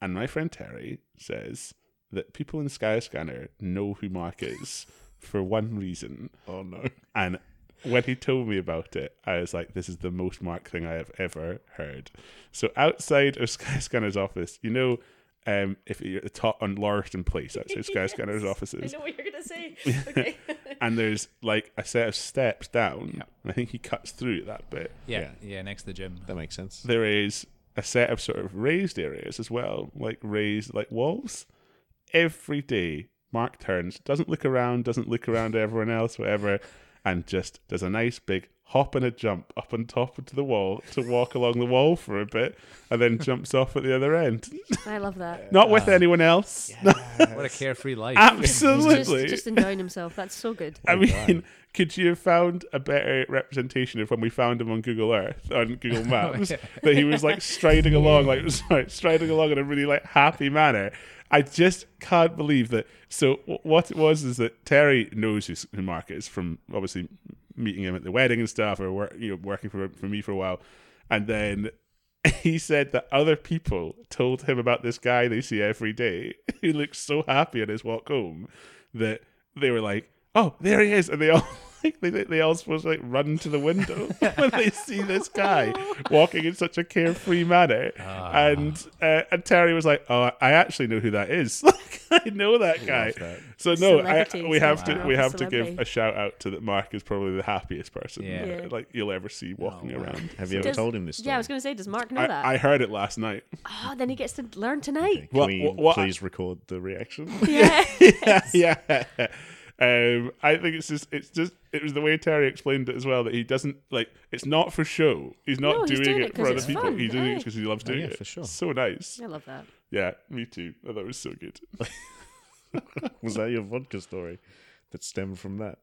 And my friend Terry says that people in Skyscanner know who Mark is for one reason. Oh, no. And when he told me about it, I was like, this is the most Mark thing I have ever heard. So outside of <laughs> Skyscanner's office, you know, um, if you're at the top on Lauriston Place, that's where Skyscanner's office I is. know what you're <laughs> gonna say. Okay. And there's like a set of steps down. And I think he cuts through that bit. Yeah, yeah, next to the gym. That makes sense. there is a set of sort of raised areas as well, like raised like walls. Every day, Mark turns, doesn't look around, doesn't look around everyone else, whatever, and just does a nice big hop and a jump up on top into the wall to walk along the wall for a bit, and then jumps off at the other end. I love that. Not with anyone else. What a carefree life. Just, <laughs> Absolutely. just enjoying himself. That's so good. <laughs> I mean, could you have found a better representation of when we found him on Google Earth on Google Maps that he was like striding along, like sorry, striding along in a really like happy manner? I just can't believe that. So w- what it was is that Terry knows who's, who Mark is from obviously meeting him at the wedding and stuff, or work, you know working for for me for a while, and then <laughs> he said that other people told him about this guy they see every day <laughs> who looks so happy on his walk home that they were like, "Oh, there he is," and they all. <laughs> Like they, they all supposed to like run to the window <laughs> when they see this <laughs> guy walking in such a carefree manner, Ah. and uh, and Terry was like, "Oh, I actually know who that is. <laughs> Like, I know that guy." that. So no, I, Celebrities, we have wow. to we have to give Celebrity. a shout out to that. Mark is probably the happiest person Yeah. uh, like you'll ever see walking around. Oh, Have you ever Does- told him this story? Yeah, I was going to say, does Mark know that? I, I heard it last night. <laughs> oh, then he gets to learn tonight. Can What- we what- what- please record the reaction? <laughs> Yeah. yeah. Um, I think it's just it's just it was the way Terry explained it as well that he doesn't like it's not for show. He's not No, he's doing, doing it, it for 'cause other it's people. fun, He's doing it aye. because he loves doing Oh, yeah, it. for sure. So nice. I love that. Yeah, me too. I thought it was so good. was that your vodka story that stemmed from that?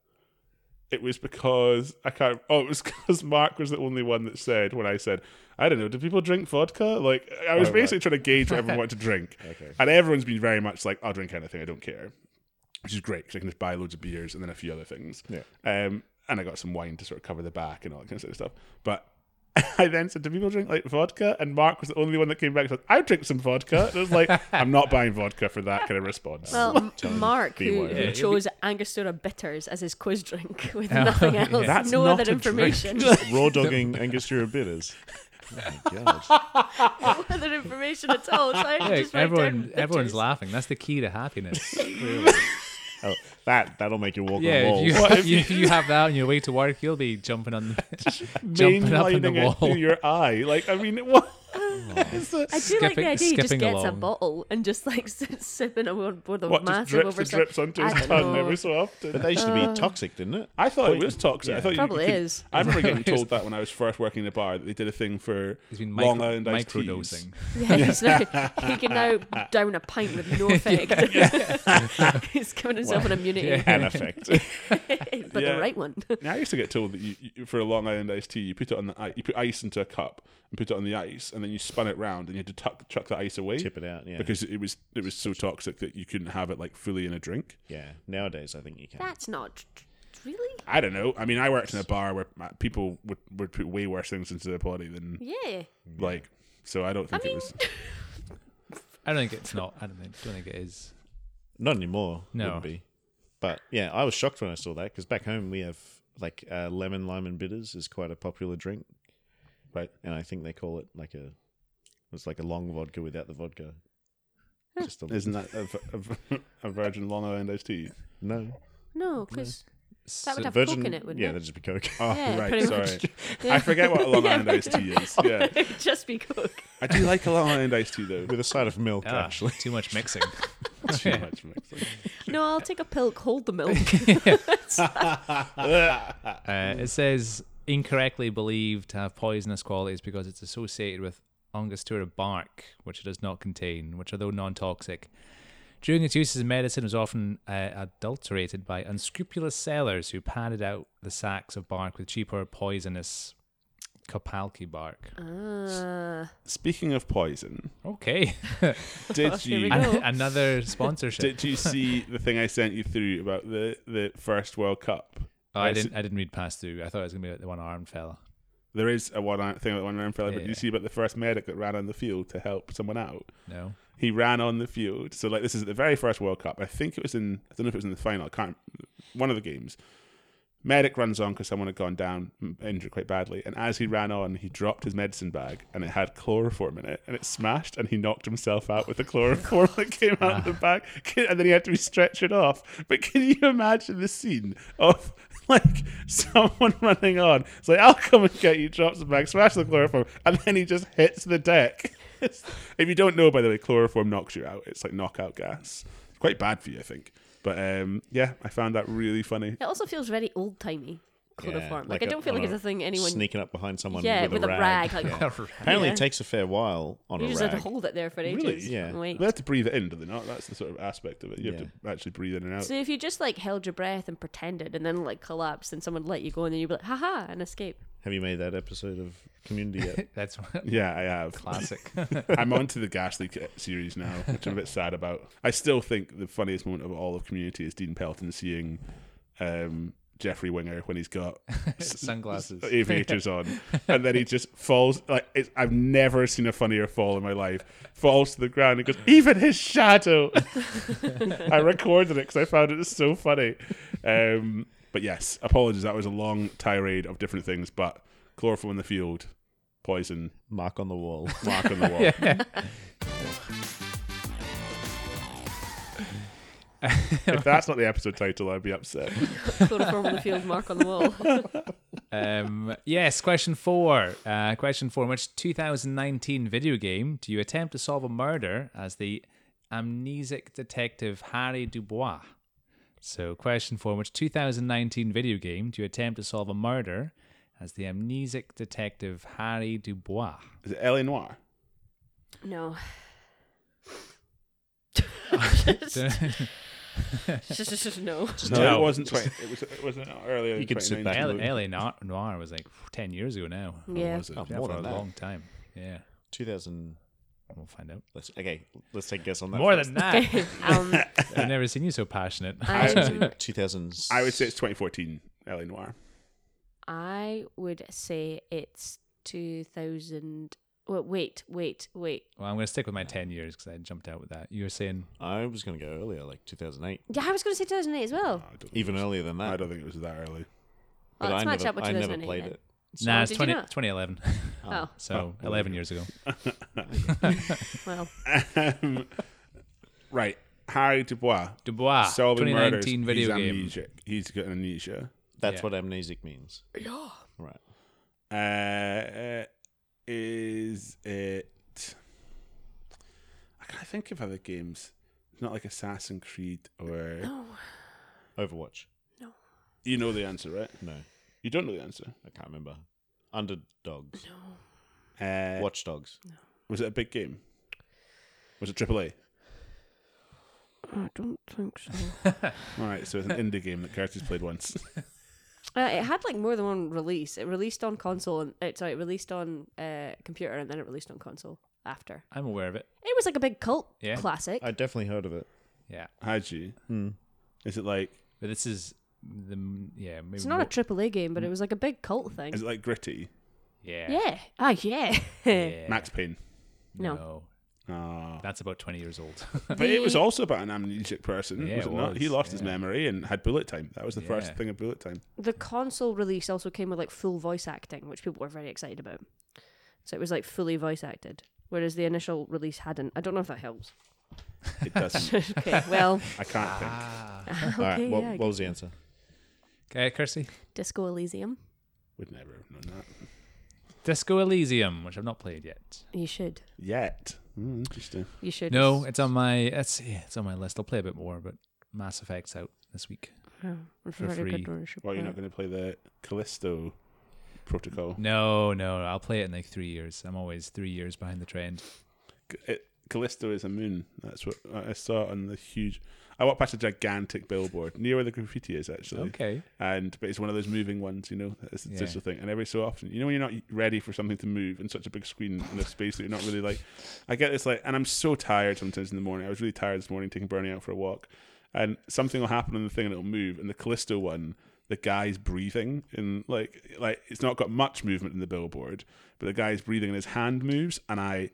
It was because I can't. Oh, it was <laughs> because Mark was the only one that said when I said, "I don't know, do people drink vodka?" Like I was Oh, right. basically trying to gauge what everyone wanted to drink, Okay. and everyone's been very much like, "I'll drink anything, I don't care," which is great because I can just buy loads of beers and then a few other things. Yeah. Um, and I got some wine to sort of cover the back and all that kind of sort of stuff. But <laughs> I then said, "Do people drink like vodka?" And Mark was the only one that came back and said, "I drink some vodka." And I was like, "I'm not buying vodka for that kind of response." Well, M- Mark, who, beware. who Yeah, you'll chose Angostura bitters as his quiz drink <laughs> with nothing else, Oh, That's no not a other drink. <laughs> information, Raw <laughs> dogging Angostura bitters. Oh my god. no other information at all. So I had to <laughs> Yeah, just write down everyone, bitters. everyone's laughing. That's the key to happiness. Oh, that that'll make you walk <laughs> yeah, on walls. if you, <laughs> if you, if you have that on your way to work, you'll be jumping on, <laughs> jumping up on the mainlining it wall. through <laughs> your eye. Like, I mean, what? It's a- I do like Skipping- the idea. He just skipping gets a along. bottle and just like <laughs> s- sipping a one with a what just drips massive over. and drips onto his I don't tongue know. every so often. But that used to Uh. be toxic, didn't it? I thought it was toxic. I thought you Probably could- is. I remember <laughs> getting told that when I was first working in a bar that they did a thing for He's been Long micro- Island iced teas. microdosing. <laughs> Yeah, he's now, he can now down a pint with <laughs> no effect. <laughs> he's giving himself an immunity, An effect. <laughs> but yeah. the right one. <laughs> Now, I used to get told that you, you, for a Long Island iced tea, you put it on the ice, you put ice into a cup and put it on the ice, and then you spun it round and you had to tuck, chuck the ice away, Tip it out, yeah. because it was it was so toxic that you couldn't have it like fully in a drink. yeah. Nowadays I think you can. That's not tr- tr- really. I don't know. I mean, I worked in a bar where uh, people would, would put way worse things into their body than Yeah. like. So I don't think mean- it was. I don't think it's not. I don't think, don't think it is. Not anymore. No. Wouldn't be. But yeah, I was shocked when I saw that because back home we have like uh, lemon, lime, and bitters is quite a popular drink, Right. and I think they call it like a it's like a long vodka without the vodka. Just a, Isn't that a, <laughs> a, a Virgin Long Island iced tea? no <laughs> No, because that would have virgin. coke in it, wouldn't yeah, it? that'd just be <laughs> coke. Oh, Yeah, right. <laughs> pretty Sorry, much. I forget what a <laughs> Long Island iced tea is. Yeah, It'd <laughs> just be coke. I do like a Long Island iced tea though. with a side of milk Ah, actually. too much <laughs> mixing. Too much mixing. No, I'll take a pilk. Hold the <laughs> milk. Uh, Mm. it says incorrectly believed to have poisonous qualities because it's associated with Angostura bark, which it does not contain, which although non-toxic, during its use as a medicine, was often uh, adulterated by unscrupulous sellers who padded out the sacks of bark with cheaper poisonous copalki bark. Uh, Speaking of poison, Okay, did here we you go. <laughs> An- another <laughs> sponsorship. did you see the thing I sent you through about the the first World Cup? oh, I s- didn't. I didn't read past through. I thought it was gonna be like the one-armed fella. There is a one thing about one arm fella, but did Yeah. you see about the first medic that ran on the field to help someone out? <laughs> No. he ran on the field. So like this is the very first World Cup. I think it was in I don't know if it was in the final. I can't one of the games. Medic runs on because someone had gone down m- injured quite badly, and as he ran on, he dropped his medicine bag and it had chloroform in it, and it smashed, and he knocked himself out with the chloroform <laughs> that came out of the bag, and then he had to be stretchered off. But can you imagine the scene of <laughs> like someone <laughs> running on? It's like I'll come and get you. Drops the bag, smashes the chloroform, and then he just hits the deck. <laughs> if you don't know, by the way, chloroform knocks you out. It's like knockout gas. It's quite bad for you, I think. But um, yeah, I found that really funny. it also feels very old timey. chloroform. Yeah, like, like I a- don't feel on like it's a a thing anyone. Sneaking up behind someone yeah, with, a rag. Like, Apparently, <laughs> Yeah. it takes a fair while on you a just rag. have to hold it there for ages. Really? Yeah. and Wait. They have to breathe it in, do they not? That's the sort of aspect of it. You Yeah. have to actually breathe in and out. So if you just like held your breath and pretended, and then like collapsed, and someone let you go, and then you'd be like, "Haha!" and escape. Have you made that episode of Community <laughs> yet? That's yeah, I have. classic. <laughs> I'm on to the Ghastly c- series now, which I'm a bit sad about. I still think the funniest moment of all of Community is Dean Pelton seeing um, Jeffrey Winger when he's got Sunglasses. aviators on, and then he just falls. Like it's, I've never seen a funnier fall in my life. Falls to the ground and goes, even his shadow. <laughs> I recorded it because I found it so funny. Um, but yes, apologies. That was a long tirade of different things, but chloroform in the field, poison, Mark on the wall. mark on the wall. If that's not the episode title, I'd be upset. Chloroform <laughs> on the field, mark on the wall. um, yes, question four. Uh, question four. In which 2019 video game do you attempt to solve a murder as the amnesic detective Harry Dubois? So, question four. In which 2019 video game do you attempt to solve a murder as the amnesic detective Harry Dubois? Is it LA Noir? <laughs> no. no. No, No. it wasn't. 20, it was. It wasn't earlier. You than could sit back L- 2019. LA Noir Noir was like 10 years ago now. Yeah. Was it? Oh, Yeah, more for than a that. long time. Yeah, 2000. we'll find out. Let's, okay, let's take a guess on that. More first. than that. <laughs> Okay. <laughs> Um, I've never seen you so passionate. I, <laughs> 2000. I would say it's 2014. LA Noir. I would say it's 2000. Well, wait, wait, wait. Well, I'm going to stick with my 10 years because I jumped out with that. You were saying, I was going to go earlier, like 2008. Yeah, I was going to say 2008 as well. I don't, Even earlier than I that. don't think it was that early. Oh, but I let's match never, up with I 2008. never played then. it. nah, Oh, it's did you 20, not? 2011. Oh, <laughs> so 11 years ago. <laughs> well. Um, right, Harry Dubois. Dubois, Solving 2019 murders. video he's game. amnesic. He's got amnesia. That's Yeah. what amnesic means. Yeah. Right. Uh, is it? I can't think of other games. It's not like Assassin's Creed or Overwatch. you know the answer, right? No, You don't know the answer. I can't remember. Underdogs. Uh, Watchdogs. Was it a big game? Was it AAA? I don't think so. All right, so it's <laughs> an indie game that Curtis played once. <laughs> Uh, it had like more than one release. It released on console and uh, sorry, it released on uh, computer and then it released on console after. I'm aware of it. It was like a big cult Yeah. classic. I definitely heard of it. Yeah. Had you? Is it like But this is the, yeah. Maybe it's not a AAA game, but it was like a big cult thing. is it like gritty? yeah. Yeah. Ah, yeah. <laughs> Yeah. Max Payne. No. Ah. That's about 20 years old. <laughs> But it was also about an amnesic person, Yeah, was it it, not? was, He lost his yeah. memory and had bullet time. That was the Yeah. first thing of bullet <laughs> time. The console release also came with like full voice acting, which people were very excited about. So it was like fully voice acted, whereas the initial release hadn't. I don't know if that helps. <laughs> It doesn't. okay, well, I Ah, can't think. okay, All right. what, yeah. I what guess. was the answer? okay, Kirsty. Disco Elysium. Would never have known that Disco Elysium, which I've not played yet. You should. yet. Mm, interesting. You should. No, it's on my it's yeah, it's on my list. I'll play a bit more, but Mass Effect's out this week. Oh, it's for a very free. good one, you should Well, you're play not it. going to play the Callisto Protocol. No, no, I'll play it in like three years. I'm always three years behind the trend. it, Callisto is a moon. That's what I saw on the huge. I walked past a gigantic billboard near where the graffiti is actually. Okay. And but it's one of those moving ones, you know. It's a Yeah. digital thing, and every so often, you know, when you're not ready for something to move in such a big screen in a space that you're not really like. I get this like, and I'm so tired sometimes in the morning. I was really tired this morning taking Bernie out for a walk, and something will happen on the thing and it'll move. And the Callisto one, the guy's breathing, and like like it's not got much movement in the billboard, but the guy's breathing and his hand moves, and I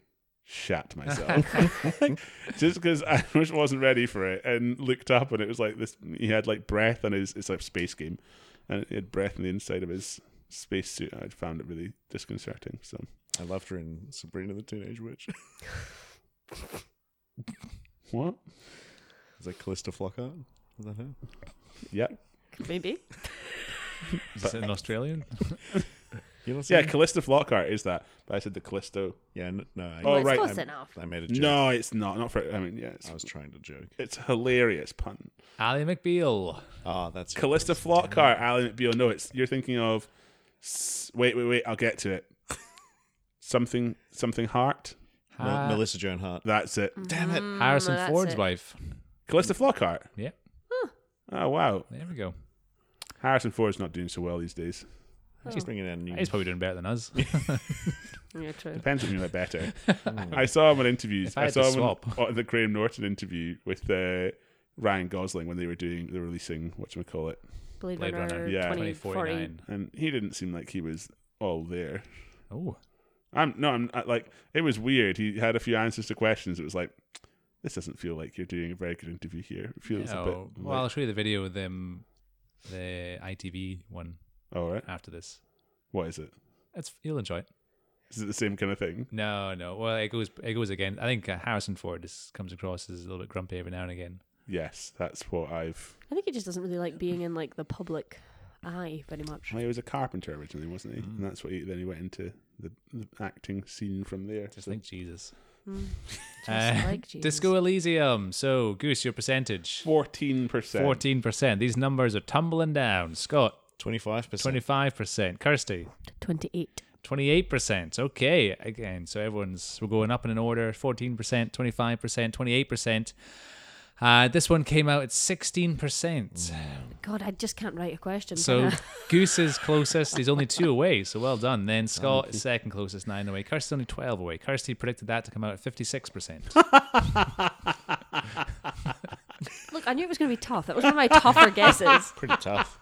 shat myself just because I <laughs> just wasn't ready for it and looked up and it was like this he had like breath on his it's like a space game and he had breath on the inside of his space suit I found it really disconcerting so I loved her in Sabrina the Teenage Witch. <laughs> what Is that Callista Flockhart? Is that her? yeah Maybe. Oh, Is it an Australian? You know what I'm Yeah, saying? Callista Flockhart is that. But I said the Callisto. Yeah, n- no, I, Oh, it's right, close I'm- enough. I made a joke. No, it's not. Not for. I mean, yeah, it's, I was trying to joke. it's a hilarious pun. Ali McBeal. Ah, that's Callista Flockhart, Ali McBeal. No, it's you're thinking of. s- Wait, wait, wait. I'll get to it. something, something heart. Mel- Ha- Melissa Joan Hart. That's it. Damn it! Harrison Mm, that's Ford's it. wife. Callista Flockhart. Yeah, Oh wow, there we go. Harrison Ford's not doing so well these <laughs> days. He's Oh. bringing in new. He's probably doing better <laughs> than us. Yeah, true. Depends on you like better. I saw him on interviews. If I I, had saw to him on, swap. on the Graham Norton interview with uh, Ryan Gosling when they were doing they were releasing what call it, Blade, Blade Runner, Runner, yeah. 2049. 2049. and he didn't seem like he was all there. Oh, I'm no, I'm I- like it was weird. He had a few answers to questions. It was like this doesn't feel like you're doing a very good interview here. It feels a bit. no. well, I'll show you the video of them, the ITV one all right, after this. what is it? It's you'll enjoy it. Is it the same kind of thing? No, no. Well, it goes it goes again. I think uh, Harrison Ford is, comes across as a little bit grumpy every now and again. Yes, that's what I've. I think he just doesn't really like being in like the public eye very much. Well, he was a carpenter originally, wasn't he? Mm. And that's what he then he went into the, the acting scene from there. Just So- like Jesus. Hmm. <laughs> Just Uh, <laughs> like Jesus. Disco Elysium. So, Goose, your percentage? 14%. 14%. These numbers are tumbling down. Scott, Twenty-five percent. 25%. Kirsty, 28. 28%. Okay, again, so everyone's, we're going up in an order 14%, 25%, 28%. Uh, this one came out at 16%. God, I just can't write a question. <laughs> So can I? Goose is closest. He's only two away. So well done. Then Scott is second closest, nine away. Kirsty's only 12 away. Kirsty predicted that to come out <laughs> at 56%. <laughs> Look, I knew it was going to be tough. That was one of my tougher guesses. Pretty tough.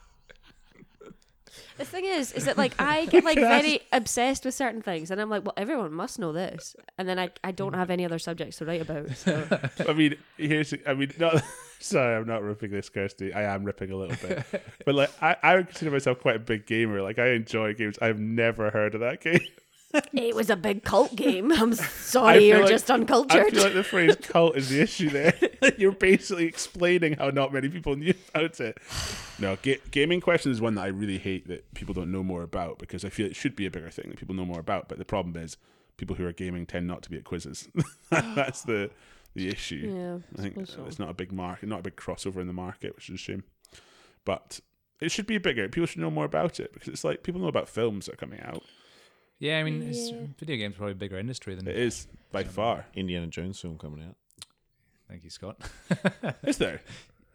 The thing is, is that like I get like very obsessed with certain things, and I'm like, well, everyone must know this, and then I, I don't have any other subjects to write about. So I mean, here's. I mean, not, <laughs> sorry, I'm not ripping this, Kirsty. I am ripping a little bit, but like, I, I would consider myself quite a big gamer. Like, I enjoy games. I've never heard of that game. <laughs> it was a big cult game. I'm I sorry, feel you're like- just I uncultured. feel like the phrase "cult" is the issue there. <laughs> You're basically explaining how not many people knew about it. No, ga- gaming question is one that I really hate that people don't know more about because I feel it should be a bigger thing that people know more about. But the problem is, people who are gaming tend not to be at quizzes. <laughs> That's the the issue. Yeah, I think uh, suppose so. it's not a big market, not a big crossover in the market, which is a shame. But it should be bigger. People should know more about it because it's like people know about films that are coming out. yeah, I mean, it's, video games are probably a bigger industry than. It is by far. Indiana Jones film coming out. Thank <laughs> you, Scott. <laughs> Is there?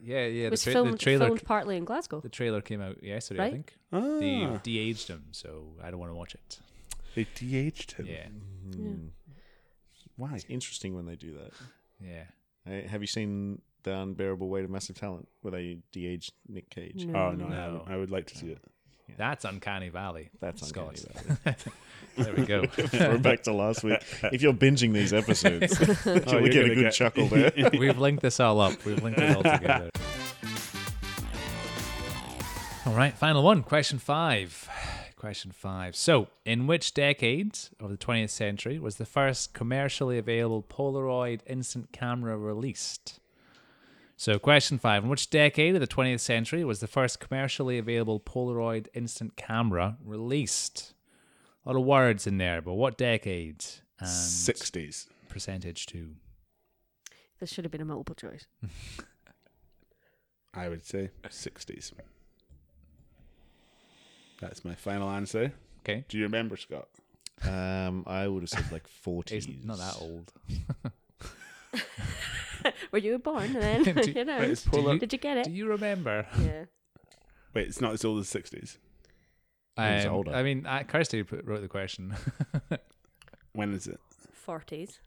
yeah, It yeah. The, was tra- filmed, the trailer filmed partly in Glasgow. The trailer came out yesterday, I Right? think. Ah. They de-aged him, so I don't want to watch it. They de-aged him. Yeah, Why? Hmm. It's interesting when they do that. yeah. Hey, have you seen The Unbearable Weight of Massive Talent where they de-aged Nick Cage? Oh no, I No. haven't. I would like to see it. That's Uncanny Valley. That's Scott. uncanny. there we go. <laughs> <laughs> We're back to last week. If you're binging these episodes, you're <laughs> you'll get a gonna good get- chuckle there. We've linked this all up. We've linked it all together. All right, final one. Question five. <sighs> Question five. So, in which decade of the 20th century was the first commercially available Polaroid instant camera released? So, question five. In which decade of the 20th century was the first commercially available Polaroid instant camera released? A lot of words in there, but what decade? And Sixties. percentage too. This should have been a multiple choice. I would <laughs> say sixties. That's my final answer. Okay. Do you remember, Scott? Um, I would have said like 40s. It's not that old. Were you born then? Do- <laughs> you know? Wait, it's Polar- Did you get it? Do <laughs> you remember? yeah. Wait, it's not as old as sixties. was Um, older. I mean, uh, Kirsty put- wrote the <laughs> question. When is it? 40s.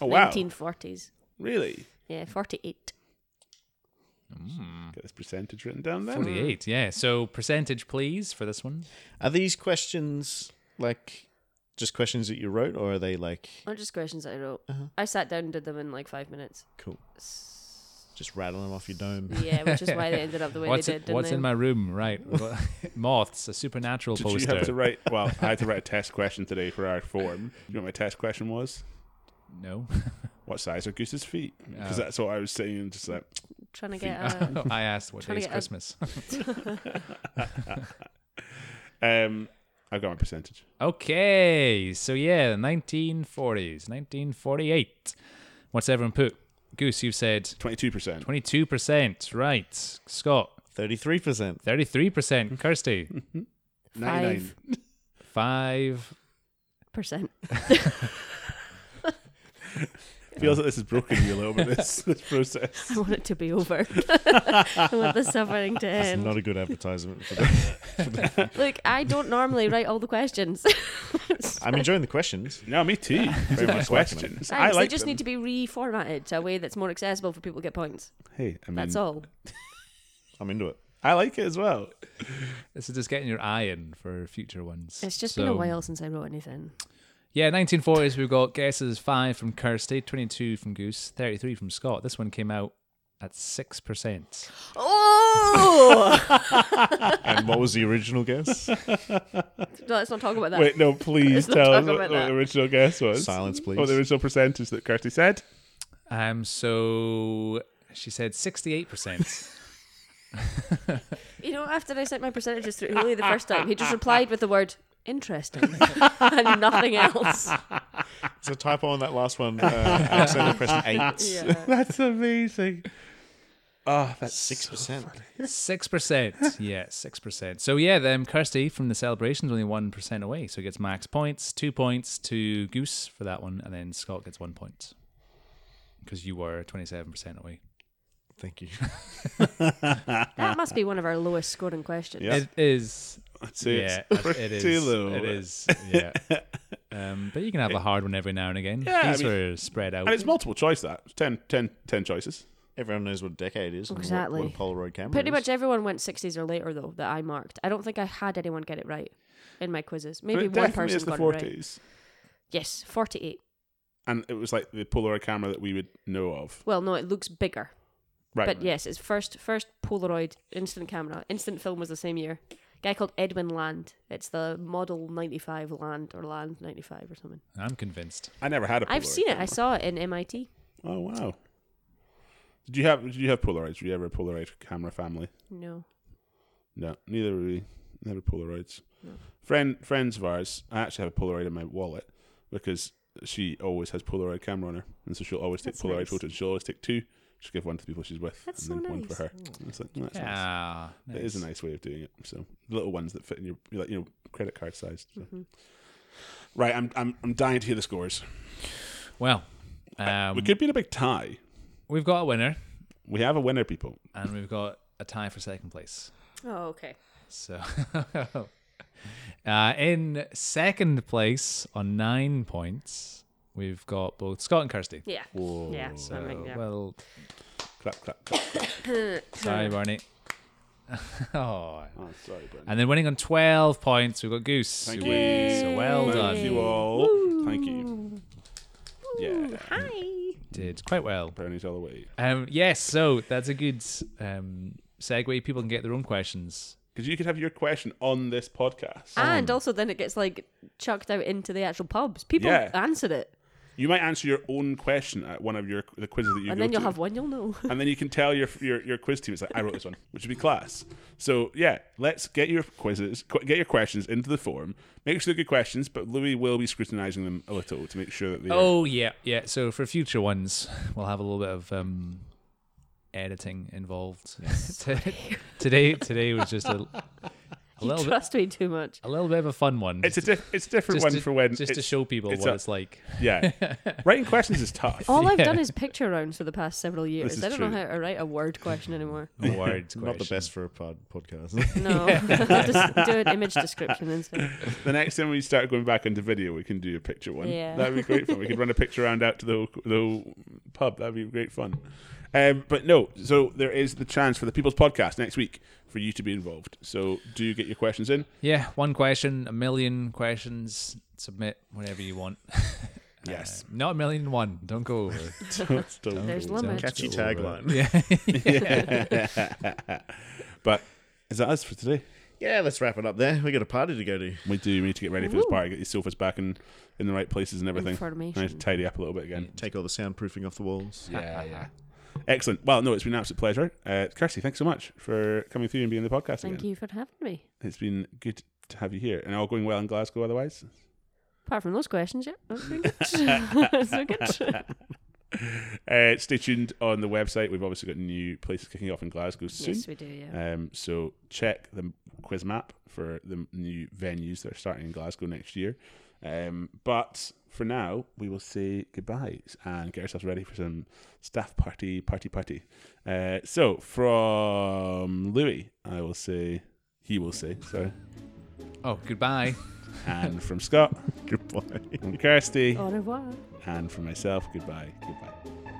Oh wow! 1940s. Really? Yeah, 48. Hmm. Get this percentage written down then. 48, yeah. So, percentage, please, for this one. Are these questions like just questions that you wrote, or are they like Not just questions that I wrote. I sat down and did them in like five minutes. cool? Just rattling them off your dome. Yeah, which is why they ended up the way What's, they it- did. didn't what's they? in my room? Right. <laughs> Moths, a supernatural Did you poster. have to write? Well, I had to write a test question today for our form. You know what my test question was? <laughs> No. What size are Goose's feet? Because that's what I was saying. Just like trying to get <laughs> a, I asked what Trying to day's get a- Christmas. Um, I got my percentage. <laughs> Okay, so yeah, 1940s, 1948. What's everyone put? Goose, you've said Twenty-two percent. 22%. Right. Scott, 33%. <laughs> 33%. Kirsty, Ninety-nine. 5. Percent. <laughs> Feels like this is broken you a little bit. This this process. I want it to be over. I want the suffering to That's end. not a good advertisement for that. Look, I don't normally write all the questions. I'm enjoying the questions. No, me too. Very much working. questions. I Thanks. like they just them. need to be reformatted to a way that's more accessible for people to get points. Hey, I mean, That's all. I'm into it. I like it as well. This is just getting your eye in for future ones. It's just been a So- while since I wrote anything. Yeah, 1940s, we've got guesses 5 from Kirsty, 22 from Goose, 33 from Scott. This one came out at 6%. <laughs> Oh! And what was the original guess? no, let's not talk about that. Wait, <laughs> no, please Let's not tell talk us what, about what that. the original guess was. Silence, please. What the original percentage that Kirsty said? Um, so she <laughs> said 68%. You know, after I sent my percentages through Huli the first time, he just replied with the word <laughs> interesting and nothing else. So typo on that last one. Uh, <laughs> accidentally pressed eight. Yeah. That's amazing. Oh, that's Six percent. Six percent. Yeah, six percent. So yeah, then Kirsty from the celebration's only one percent away, so he gets max points, two points to Goose for that one, and then Scott gets one point because you were twenty-seven percent away. Thank you. That must be one of our lowest scoring questions. Yeah. It is. That's it. yeah, It's it- it is. pretty low. It is. <laughs> Yeah. Um, but you can have a hard one every now and again. Yeah, I These mean- were spread out. And it's multiple choice that. It's 10, 10, 10 choices. Everyone knows what a decade is. and what- Exactly. What, a Polaroid camera. Pretty is. much everyone went 60s or later, though, that I marked. I don't think I had anyone get it right in my quizzes. But Maybe it one definitely person is the got it right. 40s. Yes, 48. And it was like the Polaroid camera that we would know of. Well, no, it looks bigger. Right. But yes, it's first first Polaroid instant camera. Instant film was the same year. guy called Edwin Land. It's the model 95 Land or Land 95 or something. I'm convinced. I never <laughs> had a Polaroid. I've seen it. I camera. saw it in MIT. Oh, wow. Did you have Did you have Polaroids? Were you ever a Polaroid camera family? No. No, neither were we. Never Polaroids. Friend friends of ours. I actually have a Polaroid in my wallet because she always has Polaroid camera on her, and so she'll always take That's Polaroid nice. photos. She'll always take two. She'll give one to the people she's with, and That's so then one for nice. her. And It's like, oh, that's nice. Yeah, It is a nice way of doing it. So the little ones that fit in your you're like you know credit card sized. So. Mm-hmm. Right, I'm, I'm I'm dying to hear the scores. Well, um, Uh, we could be in a big tie. we've got a winner, We have a winner, people. and we've got a tie for second place. Oh, okay. So, <laughs> uh, in second place on nine points, we've got both Scott and Kirsty. Yeah. Yeah. So, I mean, yeah. Mm, Well, Clap, clap, clap. sorry, Barney. <laughs> oh, Oh, sorry, Brendan. and then winning on twelve points, we've got Goose. Thank who you. wins. So well Thank you done. all. Thank you. Yeah. Mm, Hi. Did quite well. Bernie's all the way. Um, yes, so that's a good um, segue. People can get their own questions. Because you could have your question on this podcast. And also, then it gets like chucked out into the actual pubs. People Yeah. answered it, You might answer your own question at one of your the quizzes that you and go then you'll to. have one you'll know. <laughs> and then you can tell your, your your quiz team it's like I wrote this one, which would be class. So yeah, let's get your quizzes, qu- get your questions into the form. Make sure they're good questions, but Louis will be scrutinizing them a little to make sure that they. are- Oh yeah, yeah. So for future ones, <laughs> we'll have a little bit of um, editing <laughs> involved. <laughs> T- today, today was just a, a little bit, Trust me too much. a little bit of a fun one. it's a just, diff- it's a different just one to, for when just to it's- show people what a- it's like. <laughs> <laughs> Yeah, writing questions is tough. All I've done is picture rounds for the past several years. is I don't true. know how to write a word <laughs> question anymore. A word Not the question. best for a pod podcast. <laughs> No, <laughs> just do an image description instead. The next time we start going back into video, we can do a picture one. Yeah. That'd be great fun. We could run a picture round out to the whole, the whole pub. That'd be great fun. Um, but no, so there is the chance for the People's Podcast next week for you to be involved. So do get your questions in. Yeah, one question, a million questions. Submit whatever you want. <laughs> Yes. Not a million and one. Don't go <laughs> over. There's Don't limits. Catchy go over. tagline. <laughs> but is that us for today? yeah, let's wrap it up there. We got a party to go to. We do need to get ready for this party, get these sofas back in, in the right places and everything. Information. I need to tidy up a little bit again. Take all the soundproofing off the walls. Yeah, yeah. Excellent. Well, no, it's been an absolute pleasure. Uh, Kirsty, thanks so much for coming through and being on the podcast again. Thank you for having me. It's been good to have you here. And all going well in Glasgow otherwise? Apart from those questions, yeah, that's <laughs> been <laughs> good. That's been good. Uh, stay tuned on the website. We've obviously got new places kicking off in Glasgow soon. yes, we do. Yeah. Um, so check the quiz map for the m- new venues that are starting in Glasgow next year. Um, but for now, we will say goodbye and get ourselves ready for some staff party, party, party. Uh, so from Louis, I will say, he will say, sorry. Oh, goodbye. And from Scott, Goodbye. from Kirsty, Oh. Au revoir. and from myself, goodbye, goodbye.